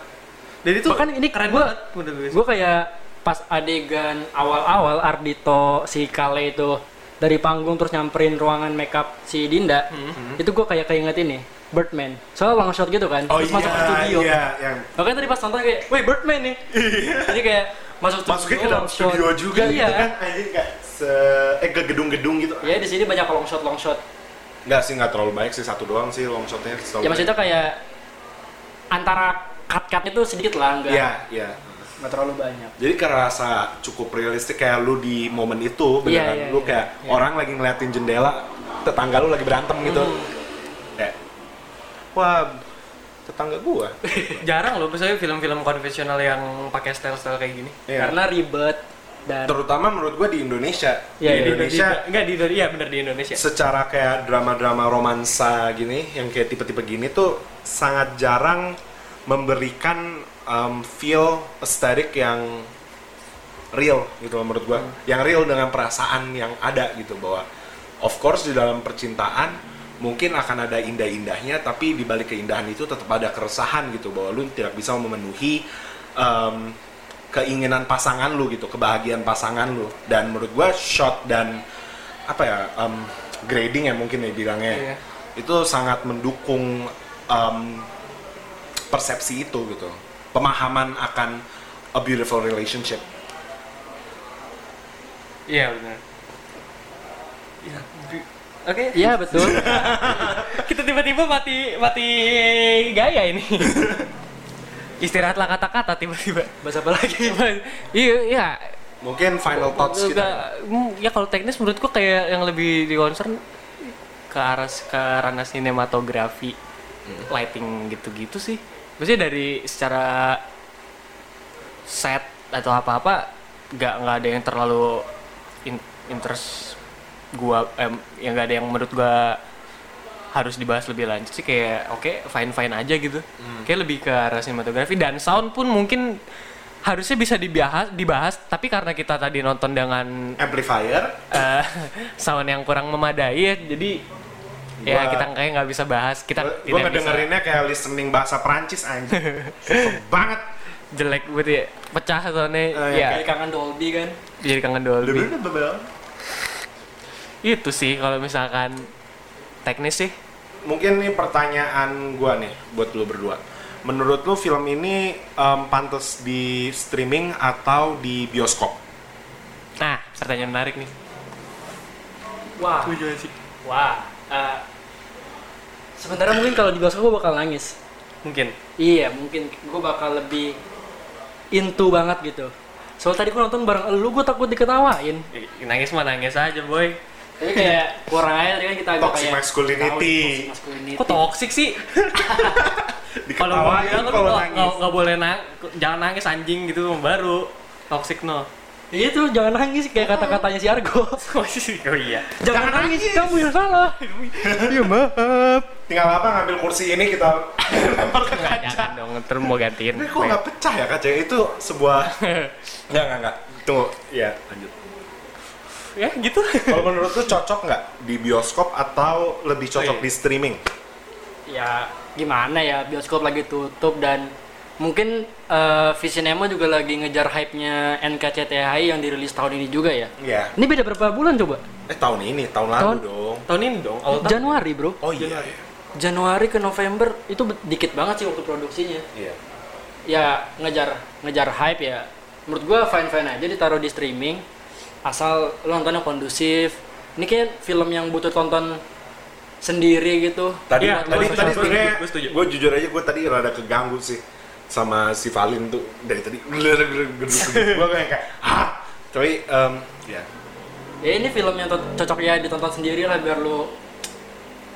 [SPEAKER 5] jadi tuh
[SPEAKER 4] Bahkan ini
[SPEAKER 5] keren
[SPEAKER 4] gua-
[SPEAKER 5] banget menurut gue
[SPEAKER 4] Gue kayak pas adegan awal-awal Ardito si Kale itu dari panggung terus nyamperin ruangan makeup si Dinda,
[SPEAKER 3] Hmm.
[SPEAKER 4] itu gue kayak keinget ini Birdman. Soalnya long shot gitu kan,
[SPEAKER 3] Oh
[SPEAKER 4] terus
[SPEAKER 3] iya.
[SPEAKER 4] masuk ke studio.
[SPEAKER 3] Iya, yang
[SPEAKER 4] Makanya tadi pas nonton kayak, weh Birdman nih. Jadi kayak masuk studio,
[SPEAKER 3] masukin ke dalam
[SPEAKER 4] long shot.
[SPEAKER 3] studio juga
[SPEAKER 4] iya.
[SPEAKER 3] gitu kan. Anjing kayak se eh ke gedung-gedung gitu.
[SPEAKER 4] Ya di sini banyak long shot long shot.
[SPEAKER 3] Enggak sih enggak terlalu baik sih satu doang sih long shotnya selalu
[SPEAKER 4] Ya
[SPEAKER 3] baik.
[SPEAKER 4] maksudnya kayak antara cut-cutnya tuh sedikit lah, enggak,
[SPEAKER 3] Iya, iya.
[SPEAKER 4] enggak terlalu banyak.
[SPEAKER 3] Jadi kerasa cukup realistik kayak lu di momen itu beneran
[SPEAKER 4] Iya, iya,
[SPEAKER 3] lu
[SPEAKER 4] iya,
[SPEAKER 3] kayak orang lagi ngeliatin jendela tetangga lu lagi berantem gitu.
[SPEAKER 4] Hmm.
[SPEAKER 3] Kayak wah tetangga gua.
[SPEAKER 4] Iya.
[SPEAKER 5] jarang loh misalnya film-film konvensional yang pakai style-style kayak gini
[SPEAKER 3] Iya.
[SPEAKER 4] Karena ribet, Dan
[SPEAKER 3] terutama menurut gue di Indonesia di
[SPEAKER 4] Iya, iya,
[SPEAKER 3] Indonesia
[SPEAKER 2] enggak di Indonesia, iya bener di Indonesia.
[SPEAKER 3] secara kayak drama-drama romansa gini yang kayak tipe-tipe gini tuh sangat jarang memberikan um, feel aesthetic yang real gitu loh menurut gua yang real dengan perasaan yang ada gitu bahwa of course di dalam percintaan mungkin akan ada indah-indahnya tapi di balik keindahan itu tetap ada keresahan gitu bahwa lu tidak bisa memenuhi um, keinginan pasangan lu gitu kebahagiaan pasangan lu dan menurut gua shot dan apa ya um, grading ya mungkin ya bilangnya
[SPEAKER 2] Iya.
[SPEAKER 3] itu sangat mendukung um, persepsi itu gitu pemahaman akan a beautiful relationship
[SPEAKER 2] Iya bener.
[SPEAKER 5] Ya,
[SPEAKER 2] Iya, bi- Oke,
[SPEAKER 4] iya betul.
[SPEAKER 2] kita tiba-tiba mati mati gaya ini. Istirahatlah kata-kata tiba-tiba.
[SPEAKER 4] Bahasa apa lagi?
[SPEAKER 2] iya, iya.
[SPEAKER 3] mungkin final thoughts kita
[SPEAKER 2] Enggak, mm, ya kalau teknis menurutku kayak yang lebih di concern ke arah ke ranah sinematografi,
[SPEAKER 4] Hmm.
[SPEAKER 2] lighting gitu-gitu sih. Maksudnya dari secara set atau apa-apa nggak nggak ada yang terlalu in- interest gua em, yang nggak ada yang menurut gua harus dibahas lebih lanjut sih kayak oke fine fine aja gitu
[SPEAKER 3] Hmm.
[SPEAKER 2] kayak lebih ke arah sinematografi dan sound pun mungkin harusnya bisa dibahas dibahas tapi karena kita tadi nonton dengan
[SPEAKER 3] amplifier
[SPEAKER 2] eh, sound yang kurang memadai ya jadi ya
[SPEAKER 3] Gua-
[SPEAKER 2] kita kayak nggak bisa bahas kita tidak
[SPEAKER 3] gue
[SPEAKER 2] bisa
[SPEAKER 3] ngedengerinnya kayak listening bahasa Prancis anjir Susah banget
[SPEAKER 2] jelek gitu ya pecah soalnya
[SPEAKER 3] Eh,
[SPEAKER 2] ya
[SPEAKER 4] Dari kangen Dolby kan.
[SPEAKER 2] jadi kangen Dolby itu sih kalau misalkan teknis sih
[SPEAKER 3] mungkin nih pertanyaan gua nih buat lu berdua menurut lu film ini em, pantas di streaming atau di bioskop
[SPEAKER 2] nah pertanyaan menarik nih
[SPEAKER 4] Wah. Wah. eh, sementara mungkin kalau di bioskop gue bakal nangis.
[SPEAKER 2] mungkin
[SPEAKER 4] Iya, mungkin gue bakal lebih into banget gitu. Soal tadi gue nonton bareng elu, gue takut diketawain.
[SPEAKER 2] Ih, nangis mah nangis aja boy
[SPEAKER 4] Tapi kayak kurang aja tadi kan kita agak
[SPEAKER 3] Toxic
[SPEAKER 4] kayak
[SPEAKER 3] masculinity.
[SPEAKER 4] tahu, toxic masculinity.
[SPEAKER 2] kok toxic sih kalau mau
[SPEAKER 3] Diketawain
[SPEAKER 2] bilang
[SPEAKER 3] kalau
[SPEAKER 2] kalau
[SPEAKER 3] nangis
[SPEAKER 2] nggak boleh nang jangan nangis anjing gitu baru toxic no
[SPEAKER 4] Iya, Itu jangan nangis kayak kata-katanya si Argo.
[SPEAKER 2] oh iya
[SPEAKER 4] jangan nangis, kamu yang salah.
[SPEAKER 7] Iya maaf.
[SPEAKER 3] tinggal apa ngambil kursi ini kita lempar ke
[SPEAKER 2] jangan
[SPEAKER 3] kaca
[SPEAKER 2] Ya kan dong terus mau gantiin
[SPEAKER 3] ini kok nggak pecah ya kaca itu sebuah nggak nggak nggak tunggu ya lanjut
[SPEAKER 2] ya gitu
[SPEAKER 3] kalau menurut lu cocok nggak di bioskop atau lebih
[SPEAKER 2] Oh, iya.
[SPEAKER 3] cocok di streaming
[SPEAKER 4] ya gimana ya bioskop lagi tutup dan mungkin eh, Visinema juga lagi ngejar hype-nya NKCTHI yang dirilis tahun ini juga ya.
[SPEAKER 2] Iya.
[SPEAKER 3] ya
[SPEAKER 4] Ini beda berapa bulan coba?
[SPEAKER 3] eh tahun ini tahun lalu
[SPEAKER 4] Tahun-
[SPEAKER 3] dong
[SPEAKER 2] tahun ini dong awal tahun
[SPEAKER 4] Januari, Bro.
[SPEAKER 3] oh iya
[SPEAKER 4] Januari ke November itu be- dikit banget sih waktu produksinya.
[SPEAKER 3] iya
[SPEAKER 4] Ya ngejar ngejar hype ya. Menurut gua fine-fine aja ditaruh di streaming asal lu nontonnya kondusif. Ini kayak film yang butuh tonton sendiri gitu.
[SPEAKER 3] tadi
[SPEAKER 2] Iya,
[SPEAKER 3] tadi
[SPEAKER 2] gua
[SPEAKER 3] tadi
[SPEAKER 2] setuju,
[SPEAKER 3] sebenarnya
[SPEAKER 2] gua setuju.
[SPEAKER 3] gue jujur aja gue tadi rada keganggu sih sama si Valin tuh dari tadi gue kayak kayak ah tapi em, ya
[SPEAKER 4] Ya ini film yang to- cocok ya ditonton sendiri lah biar lu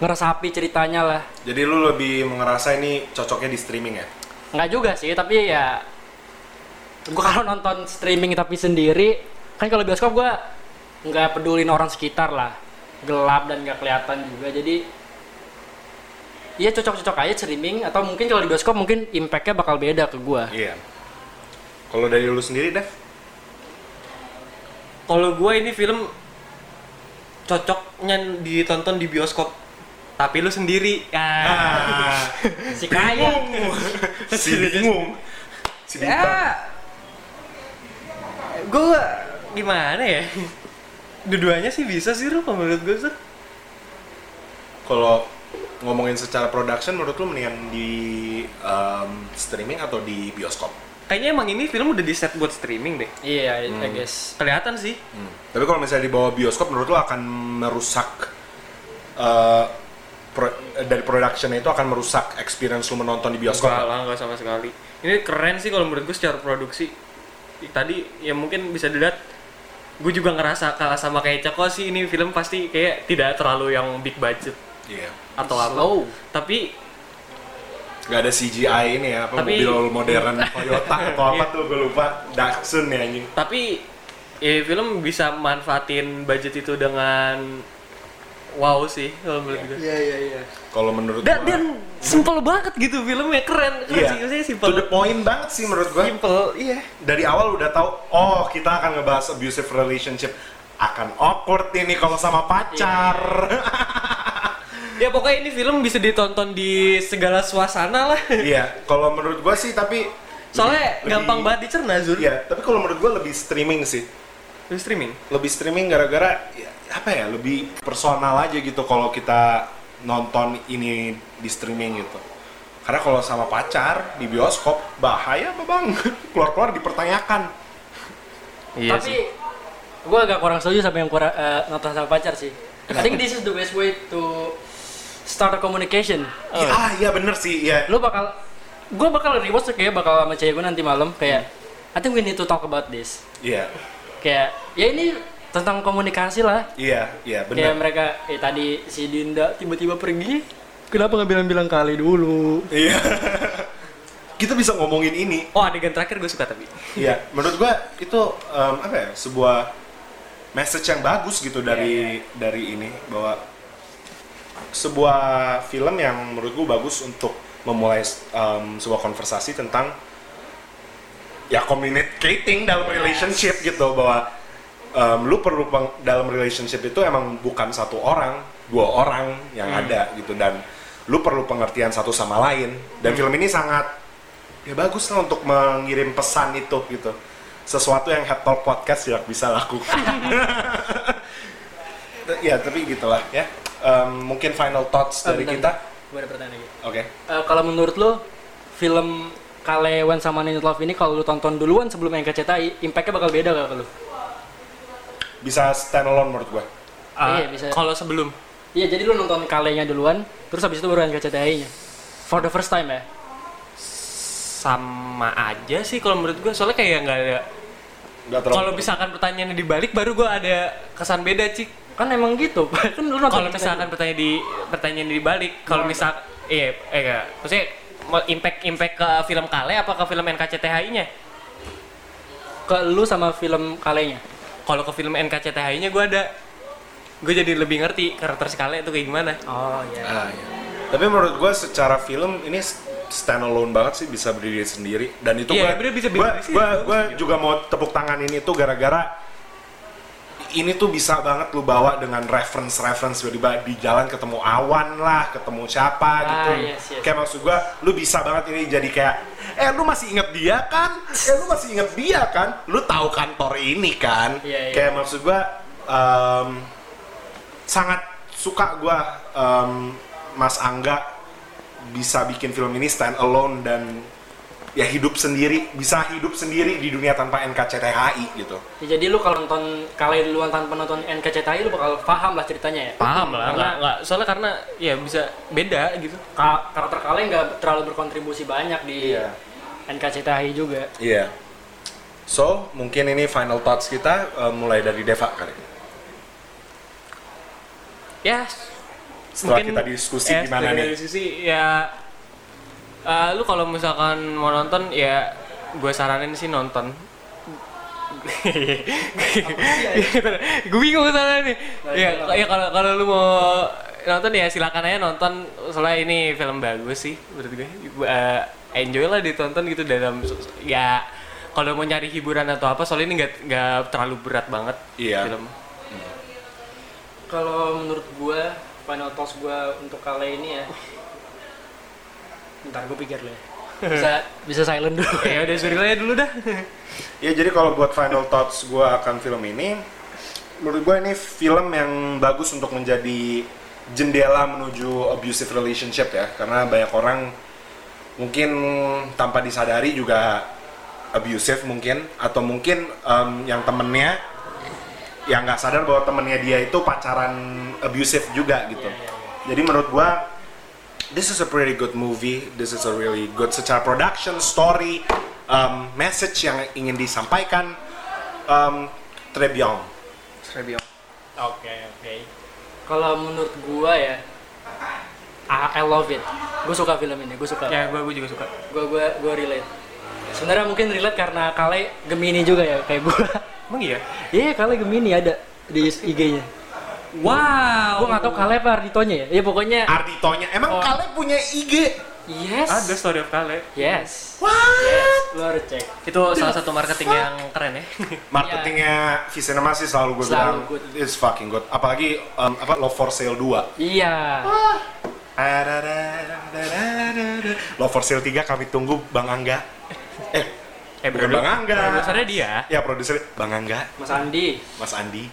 [SPEAKER 4] ngerasapi ceritanya lah.
[SPEAKER 3] jadi lu lebih ngerasa ini cocoknya di streaming ya
[SPEAKER 4] Nggak juga sih, tapi ya gua kalau nonton streaming tapi sendiri kan kalau bioskop gua nggak pedulin orang sekitar lah gelap dan nggak kelihatan juga jadi ya cocok-cocok aja streaming atau mungkin kalau di bioskop mungkin impact-nya bakal beda ke gua
[SPEAKER 3] iya kalau dari lu sendiri Dev
[SPEAKER 2] kalau gue ini film cocoknya ditonton di bioskop tapi lu sendiri ya
[SPEAKER 4] si kaya
[SPEAKER 3] Ah. si bingung si bingung
[SPEAKER 2] ya gue gimana ya dua-duanya sih bisa sih lu menurut gue sih
[SPEAKER 3] kalau ngomongin secara production menurut lu mendingan di em, streaming atau di bioskop
[SPEAKER 2] kayaknya emang ini film udah di set buat streaming deh
[SPEAKER 4] iya
[SPEAKER 8] Hmm.
[SPEAKER 4] I guess
[SPEAKER 2] kelihatan sih
[SPEAKER 3] tapi kalau misalnya dibawa bioskop menurut lu akan merusak eh, pro- dari production itu akan merusak experience lu menonton di bioskop
[SPEAKER 2] Enggak lah, enggak sama sekali. Ini keren sih kalau menurut gue secara produksi. Tadi ya mungkin bisa dilihat gue juga ngerasa kalah sama kayak Ceko sih ini film pasti kayak tidak terlalu yang big budget
[SPEAKER 3] Iya.
[SPEAKER 2] atau apa.
[SPEAKER 4] Slow.
[SPEAKER 2] Tapi
[SPEAKER 3] nggak ada CGI ini ya apa
[SPEAKER 2] Tapi-
[SPEAKER 3] mobil modern Toyota atau apa tuh gue lupa Datsun ya anjing
[SPEAKER 2] tapi ya film bisa manfaatin budget itu dengan wow sih kalau menurut gue.
[SPEAKER 4] Iya iya iya.
[SPEAKER 3] Kalau menurut
[SPEAKER 2] Dan,
[SPEAKER 3] gua-
[SPEAKER 2] dan simple banget gitu filmnya keren, keren
[SPEAKER 3] iya,
[SPEAKER 2] sih maksudnya
[SPEAKER 3] to the
[SPEAKER 2] simple.
[SPEAKER 3] point banget sih menurut gua.
[SPEAKER 2] Simple, iya.
[SPEAKER 3] Dari awal udah tahu, oh kita akan ngebahas abusive relationship akan awkward ini kalau sama pacar.
[SPEAKER 2] Iya. Ya pokoknya ini film bisa ditonton di segala suasana lah.
[SPEAKER 3] Iya, kalau menurut gua sih tapi
[SPEAKER 2] Soalnya
[SPEAKER 4] Iya.
[SPEAKER 3] lebih-
[SPEAKER 2] gampang
[SPEAKER 3] lebih-
[SPEAKER 2] banget dicerna Zur.
[SPEAKER 3] Iya, tapi kalau menurut gua lebih streaming sih.
[SPEAKER 2] Lu streaming.
[SPEAKER 3] lebih streaming gara-gara ya, apa ya lebih personal aja gitu kalau kita nonton ini di streaming gitu karena kalau sama pacar di bioskop bahaya apa bang keluar-keluar dipertanyakan
[SPEAKER 8] Iya
[SPEAKER 4] Tapi
[SPEAKER 8] sih.
[SPEAKER 4] gue agak kurang setuju sama yang kurang eh, nonton sama pacar sih. I think this is the best way to start a communication.
[SPEAKER 3] Iya,
[SPEAKER 2] Oh.
[SPEAKER 3] ah iya bener sih ya
[SPEAKER 4] Lu bakal gue bakal rewatch tuh kayak bakal sama cewek gue nanti malam kayak I think we need to talk about this.
[SPEAKER 3] iya
[SPEAKER 4] Kayak ya ini tentang komunikasi lah.
[SPEAKER 3] iya iya bener
[SPEAKER 4] Kayak mereka eh tadi si Dinda tiba-tiba pergi. Kenapa nggak bilang-bilang kali dulu?
[SPEAKER 3] iya kita bisa ngomongin ini
[SPEAKER 2] Oh adegan terakhir gue suka tapi.
[SPEAKER 3] Iya, menurut gua itu em, apa ya? Sebuah message yang bagus gitu dari dari ini bahwa sebuah film yang menurut gua bagus untuk memulai em, sebuah konversasi tentang ya communicating dalam relationship gitu bahwa em, lu perlu peng- dalam relationship itu emang bukan satu orang, dua orang yang ada gitu dan lu perlu pengertian satu sama lain. Dan film ini sangat ya bagus lah untuk mengirim pesan itu gitu sesuatu yang head talk podcast tidak bisa lakukan ya tapi gitulah ya Em, mungkin final thoughts dari kita
[SPEAKER 4] Gue ada pertanyaan lagi.
[SPEAKER 3] oke
[SPEAKER 4] Eh, kalau menurut lo film Kale When Someone In Love ini kalau lu tonton duluan sebelum yang KCTI, impact-nya bakal beda gak ke lu?
[SPEAKER 3] bisa stand alone menurut gua
[SPEAKER 2] Ah,
[SPEAKER 4] Iya, bisa.
[SPEAKER 2] Kalau sebelum.
[SPEAKER 4] Iya, jadi lu nonton Kalenya duluan, terus habis itu baru yang KCTI-nya. For the first time ya.
[SPEAKER 2] sama aja sih kalau menurut gue soalnya kayak nggak ada
[SPEAKER 3] nggak terlalu
[SPEAKER 2] kalau misalkan pertanyaannya dibalik baru gue ada kesan beda cik
[SPEAKER 4] Kan emang gitu. kan lu nonton
[SPEAKER 2] kalau
[SPEAKER 4] KCTI.
[SPEAKER 2] misalkan pertanyaan di pertanyaan dibalik kalau misal iya eh nggak. maksudnya mau impact impact ke film Kale apa ke film NKCTHI nya
[SPEAKER 4] ke lu sama film Kalenya.
[SPEAKER 2] kalau ke film NKCTHI nya gue ada gue jadi lebih ngerti karakter si Kale itu kayak gimana
[SPEAKER 4] Oh iya.
[SPEAKER 3] Ah, iya. tapi menurut gua secara film ini s- stand alone banget sih bisa berdiri sendiri dan itu
[SPEAKER 2] Iya,
[SPEAKER 3] gua,
[SPEAKER 2] dia bisa
[SPEAKER 3] gua,
[SPEAKER 2] berdiri sendiri,
[SPEAKER 3] gua,
[SPEAKER 2] bagus
[SPEAKER 3] gua juga mau tepuk tangan ini tuh gara-gara ini tuh bisa banget lu bawa dengan reference-reference tiba-tiba di jalan ketemu awan lah, ketemu siapa
[SPEAKER 2] Ah,
[SPEAKER 3] gitu.
[SPEAKER 4] yes, yes.
[SPEAKER 3] Kayak maksud gua lu bisa banget ini jadi kayak eh lu masih inget dia kan? Eh lu masih inget dia kan? Lu tahu kantor ini kan?
[SPEAKER 4] Iya, iya.
[SPEAKER 3] Kayak maksud gua em, sangat suka gua em, Mas Angga bisa bikin film ini stand alone dan ya hidup sendiri, bisa hidup sendiri di dunia tanpa NKCTHI gitu.
[SPEAKER 4] Ya, jadi lu kalau nonton Kale duluan tanpa nonton NKCTI, lu bakal paham lah ceritanya ya.
[SPEAKER 2] paham lah
[SPEAKER 4] Karena
[SPEAKER 2] nggak nggak soalnya karena ya bisa beda gitu
[SPEAKER 4] ka- karakter Kale nggak terlalu berkontribusi banyak di
[SPEAKER 3] Iya.
[SPEAKER 4] NKCTI juga.
[SPEAKER 3] Iya. So, mungkin ini final thoughts kita eh, mulai dari Deva kali.
[SPEAKER 2] ya
[SPEAKER 3] Setelah kita diskusi
[SPEAKER 2] ya,
[SPEAKER 3] gimana
[SPEAKER 2] setelah
[SPEAKER 3] nih?
[SPEAKER 2] kita diskusi ya eh, lu kalau misalkan mau nonton ya gue saranin sih nonton gue bingung sana nih ya ya kalau kalau lu mau nonton ya silakan aja nonton soalnya ini film bagus sih menurut gue Eh, enjoy lah ditonton gitu dalam ya kalau mau nyari hiburan atau apa soalnya ini nggak nggak terlalu berat banget
[SPEAKER 3] Iya.
[SPEAKER 2] film
[SPEAKER 4] Kalau menurut gua final thoughts gua untuk kali ini ya. Bentar gua pikir dulu ya. Bisa bisa silent dulu.
[SPEAKER 2] ya udah suril aja dulu dah
[SPEAKER 3] Ya jadi kalau buat final thoughts gue akan film ini, menurut gue ini film yang bagus untuk menjadi jendela menuju abusive relationship ya, karena banyak orang mungkin tanpa disadari juga abusive mungkin, atau mungkin em, yang temennya yang nggak sadar bahwa temennya dia itu pacaran abusive juga gitu. Jadi menurut gue this is a pretty good movie. This is a really good secara production, story, um, message yang ingin disampaikan. Um, très bien.
[SPEAKER 4] Oke, oke. Kalau menurut gua ya I, I love it. Gua suka film ini, gua suka.
[SPEAKER 2] ya gue gue juga suka
[SPEAKER 4] Gua gua gua relate. Sebenarnya mungkin relate karena Kale Gemini juga ya kayak gua.
[SPEAKER 2] Emang iya?
[SPEAKER 4] Iya, Kale Gemini ada di IG-nya.
[SPEAKER 2] Wow.
[SPEAKER 4] Gua nggak tahu Kale apa Arditonya ya. Ya pokoknya
[SPEAKER 3] Arditonya, emang
[SPEAKER 2] Oh.
[SPEAKER 3] kalian punya IG?
[SPEAKER 4] yes.
[SPEAKER 2] Ada story of Kale.
[SPEAKER 4] Yes.
[SPEAKER 3] What?
[SPEAKER 4] Lu harus cek.
[SPEAKER 2] Itu salah satu marketing yang keren ya.
[SPEAKER 3] Marketingnya Visinema sih selalu gue bilang
[SPEAKER 4] Selalu good.
[SPEAKER 3] It's fucking good Apalagi um, apa Love for Sale 2
[SPEAKER 4] Iya.
[SPEAKER 3] Ararararararara. Love for Sale 3 kami tunggu Bang Angga Eh,
[SPEAKER 2] Eh,
[SPEAKER 3] bukan
[SPEAKER 2] produ-
[SPEAKER 3] Bang Angga
[SPEAKER 2] Produsernya dia.
[SPEAKER 3] Ya produser Bang Angga,
[SPEAKER 4] Mas Andi.
[SPEAKER 3] Mas Andi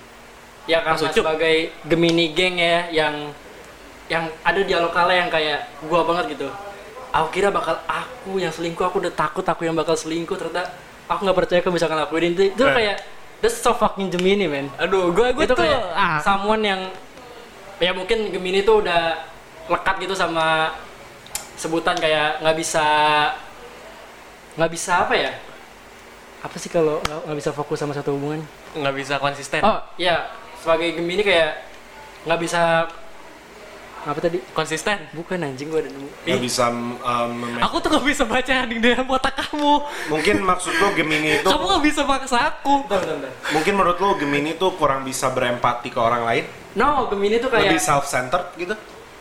[SPEAKER 4] Ya karena
[SPEAKER 2] Mas Ucup.
[SPEAKER 4] sebagai Gemini geng ya yang yang ada dialog Kale yang kayak gua banget gitu. Aku kira bakal aku yang selingkuh, aku udah takut aku yang bakal selingkuh ternyata aku nggak percaya kamu bisa ngelakuin itu. Itu
[SPEAKER 3] Eh.
[SPEAKER 4] kayak that's so fucking Gemini, man.
[SPEAKER 2] Aduh, gue gue
[SPEAKER 4] itu
[SPEAKER 2] tuh
[SPEAKER 4] kayak
[SPEAKER 2] ah,
[SPEAKER 4] someone yang ya mungkin Gemini tuh udah lekat gitu sama sebutan kayak nggak bisa nggak bisa apa ya apa sih kalau nggak nggak bisa fokus sama satu hubungan
[SPEAKER 2] nggak bisa
[SPEAKER 3] Eh.
[SPEAKER 2] konsisten.
[SPEAKER 4] oh ya sebagai Gemini kayak nggak bisa apa tadi
[SPEAKER 2] Konsisten.
[SPEAKER 4] bukan anjing gua ada nemu
[SPEAKER 3] Gak bisa um, mem-
[SPEAKER 2] Eh. Aku tuh gak bisa baca di dalam otak kamu.
[SPEAKER 3] Mungkin maksud lo Gemini itu
[SPEAKER 2] Kamu gak bisa paksa aku.
[SPEAKER 4] bentar, bentar, bentar.
[SPEAKER 3] Mungkin menurut lo Gemini itu kurang bisa berempati ke orang lain
[SPEAKER 4] no Gemini tuh kayak
[SPEAKER 3] Lebih self-centered gitu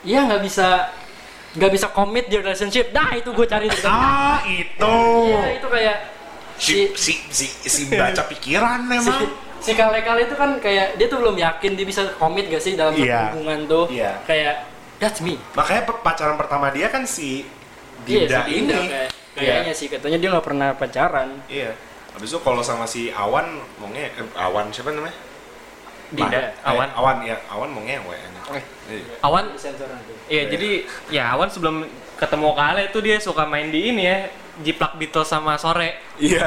[SPEAKER 4] iya nggak bisa nggak bisa commit di relationship nah itu gue cari tuh.
[SPEAKER 3] Ah itu
[SPEAKER 4] Iya, itu kayak
[SPEAKER 3] Si, si, si, si baca pikiran
[SPEAKER 4] si,
[SPEAKER 3] memang
[SPEAKER 4] si kale kale itu kan kayak dia tuh belum yakin dia bisa komit gak sih dalam satu
[SPEAKER 3] Iya.
[SPEAKER 4] hubungan tuh
[SPEAKER 3] Iya.
[SPEAKER 4] kayak that's me
[SPEAKER 3] Makanya pe- pacaran pertama dia kan si
[SPEAKER 4] Iya,
[SPEAKER 3] Dinda
[SPEAKER 4] si
[SPEAKER 3] ini.
[SPEAKER 4] Dinda kan. kayak- kayaknya sih katanya dia nggak pernah pacaran
[SPEAKER 3] Iya. Habis itu kalau sama si Awan mau nge eh, Awan siapa namanya?
[SPEAKER 4] Dinda
[SPEAKER 2] Dinda.
[SPEAKER 4] Oh,
[SPEAKER 3] Eh,
[SPEAKER 2] Awan.
[SPEAKER 3] Awan ya, Awan mau ngewe enak. Iya.
[SPEAKER 2] Awan,
[SPEAKER 4] Di sensor nanti
[SPEAKER 2] ya jadi ya Awan sebelum ketemu Kale tuh dia suka main di ini ya, jiplak Beatles sama sore.
[SPEAKER 3] Iya.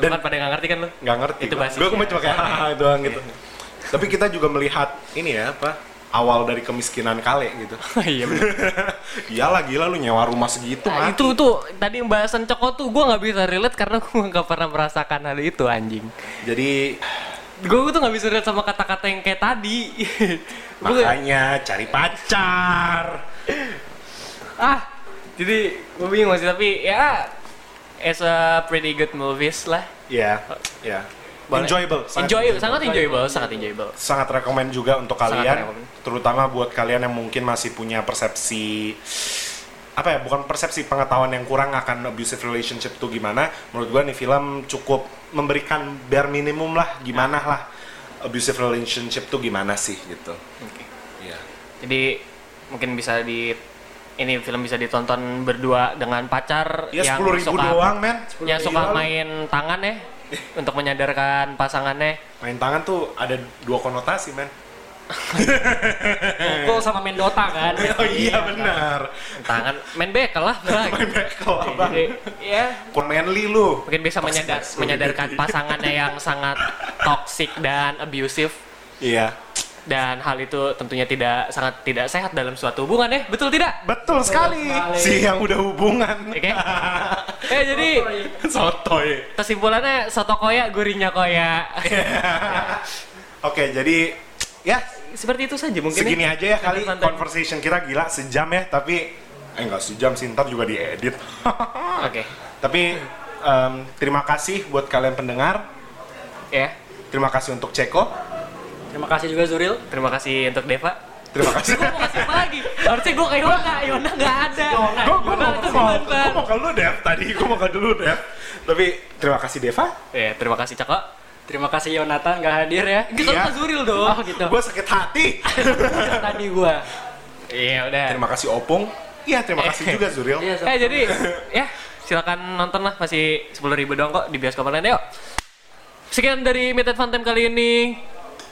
[SPEAKER 2] Dan
[SPEAKER 3] Dan
[SPEAKER 2] kan pada nggak ngerti kan lu?
[SPEAKER 3] nggak ngerti.
[SPEAKER 2] Itu
[SPEAKER 3] gua.
[SPEAKER 2] basisnya.
[SPEAKER 3] Gua cuma cuma kayak "Hahaha" doang gitu.
[SPEAKER 4] Iya.
[SPEAKER 3] Tapi kita juga melihat ini ya apa awal dari kemiskinan kale gitu.
[SPEAKER 2] Iya. bener.
[SPEAKER 3] Iyalah Iya gila lu nyewa rumah segitu
[SPEAKER 2] Nah,
[SPEAKER 3] kan.
[SPEAKER 2] itu tuh tadi yang bahasan Coko tuh gue nggak bisa relate karena gue nggak pernah merasakan hal itu anjing.
[SPEAKER 3] Jadi
[SPEAKER 2] Gue tuh nggak bisa relate sama kata-kata yang kayak tadi. Gua kayak,
[SPEAKER 3] makanya cari pacar.
[SPEAKER 2] ah, jadi gue bingung sih tapi ya it's a pretty good movies lah.
[SPEAKER 3] Iya. Iya.
[SPEAKER 2] Boleh.
[SPEAKER 3] Enjoyable. sangat
[SPEAKER 2] enjoyable, sangat enjoyable, sangat enjoyable.
[SPEAKER 3] sangat rekomend juga untuk
[SPEAKER 2] Sangat
[SPEAKER 3] kalian
[SPEAKER 2] rekomen.
[SPEAKER 3] terutama buat kalian yang mungkin masih punya persepsi apa ya bukan persepsi pengetahuan yang kurang akan abusive relationship tuh gimana menurut gua nih film cukup memberikan bare minimum lah gimana
[SPEAKER 2] Ya.
[SPEAKER 3] lah abusive relationship tuh gimana sih gitu Iya.
[SPEAKER 2] Jadi mungkin bisa di ini film bisa ditonton berdua dengan pacar
[SPEAKER 3] ya sepuluh ribu
[SPEAKER 2] suka
[SPEAKER 3] doang men
[SPEAKER 2] yang
[SPEAKER 3] 10.000
[SPEAKER 2] suka
[SPEAKER 3] doang.
[SPEAKER 2] main tangan ya untuk menyadarkan pasangannya.
[SPEAKER 3] main tangan tuh ada dua konotasi men
[SPEAKER 4] Pukul sama main Dota kan
[SPEAKER 3] oh iya benar
[SPEAKER 2] Tangan main bekel lah.
[SPEAKER 3] main bekel abang
[SPEAKER 2] Jadi, ya
[SPEAKER 3] kurang manly lu
[SPEAKER 2] mungkin bisa menyadar, menyadarkan pasangannya yang sangat toksik dan abusive
[SPEAKER 3] iya
[SPEAKER 2] dan hal itu tentunya tidak sangat tidak sehat dalam suatu hubungan ya betul tidak
[SPEAKER 3] betul sekali
[SPEAKER 4] sekali.
[SPEAKER 3] si yang udah hubungan
[SPEAKER 2] oke eh jadi
[SPEAKER 3] Sotoy.
[SPEAKER 2] kesimpulannya soto koya gurinya koya
[SPEAKER 3] Oke, jadi ya
[SPEAKER 2] seperti itu saja mungkin
[SPEAKER 3] segini
[SPEAKER 2] ya.
[SPEAKER 3] aja ya kali
[SPEAKER 2] Santai-santai.
[SPEAKER 3] conversation kita gila sejam ya, tapi eh enggak sejam sih, ntar juga diedit.
[SPEAKER 2] oke
[SPEAKER 3] tapi em, terima kasih buat kalian pendengar.
[SPEAKER 2] ya
[SPEAKER 3] Terima kasih untuk Ceko.
[SPEAKER 4] terima kasih juga Zuril
[SPEAKER 2] terima kasih untuk Deva
[SPEAKER 3] Terima kasih.
[SPEAKER 2] gue mau kasih apa lagi harusnya gue ke Yona Yona nggak ada Yona
[SPEAKER 3] Gue
[SPEAKER 2] itu
[SPEAKER 3] mau, gua mau,
[SPEAKER 2] simpan.
[SPEAKER 3] gua mau ke lu Dev tadi, gue mau ke dulu Dev. Tapi terima kasih Deva.
[SPEAKER 2] ya terima kasih Cako
[SPEAKER 4] terima kasih Yonatan nggak hadir ya
[SPEAKER 2] Gitu
[SPEAKER 3] Iya.
[SPEAKER 2] sama Zuril dong
[SPEAKER 4] oh gitu
[SPEAKER 3] Gue sakit hati. Eh,
[SPEAKER 4] tadi gua
[SPEAKER 2] iya udah
[SPEAKER 3] terima kasih Opung. Iya, terima kasih juga Zuril.
[SPEAKER 4] Iya, sama-
[SPEAKER 2] eh jadi ya silakan nonton lah masih sepuluh ribu doang kok di bioskop online yuk sekian dari Meted Fun Time kali ini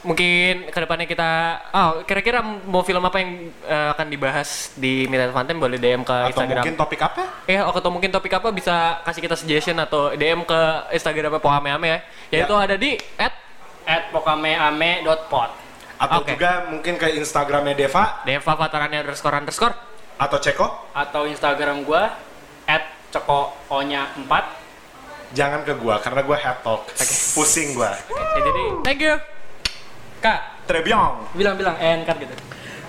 [SPEAKER 2] mungkin kedepannya kita oh kira-kira mau film apa yang eh, akan dibahas di Meted Fun Time boleh DM ke
[SPEAKER 3] Atau
[SPEAKER 2] Instagram
[SPEAKER 3] mungkin topik apa?
[SPEAKER 2] Eh, atau mungkin topik apa bisa kasih kita suggestion atau DM ke Instagramnya Poameame ya. Yaitu ada di at
[SPEAKER 4] at pokameame.pod
[SPEAKER 3] Atau
[SPEAKER 2] Oke.
[SPEAKER 3] juga mungkin ke Instagramnya Deva
[SPEAKER 2] Deva Fatarani underscore underscore.
[SPEAKER 3] atau Ceko.
[SPEAKER 4] atau Instagram gua at cekoonya 4
[SPEAKER 3] jangan ke gua karena gua head talk. Pusing gua.
[SPEAKER 2] Ya, jadi, thank you. Kak,
[SPEAKER 3] Trebyong.
[SPEAKER 4] bilang-bilang eh, kan gitu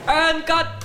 [SPEAKER 2] and cut.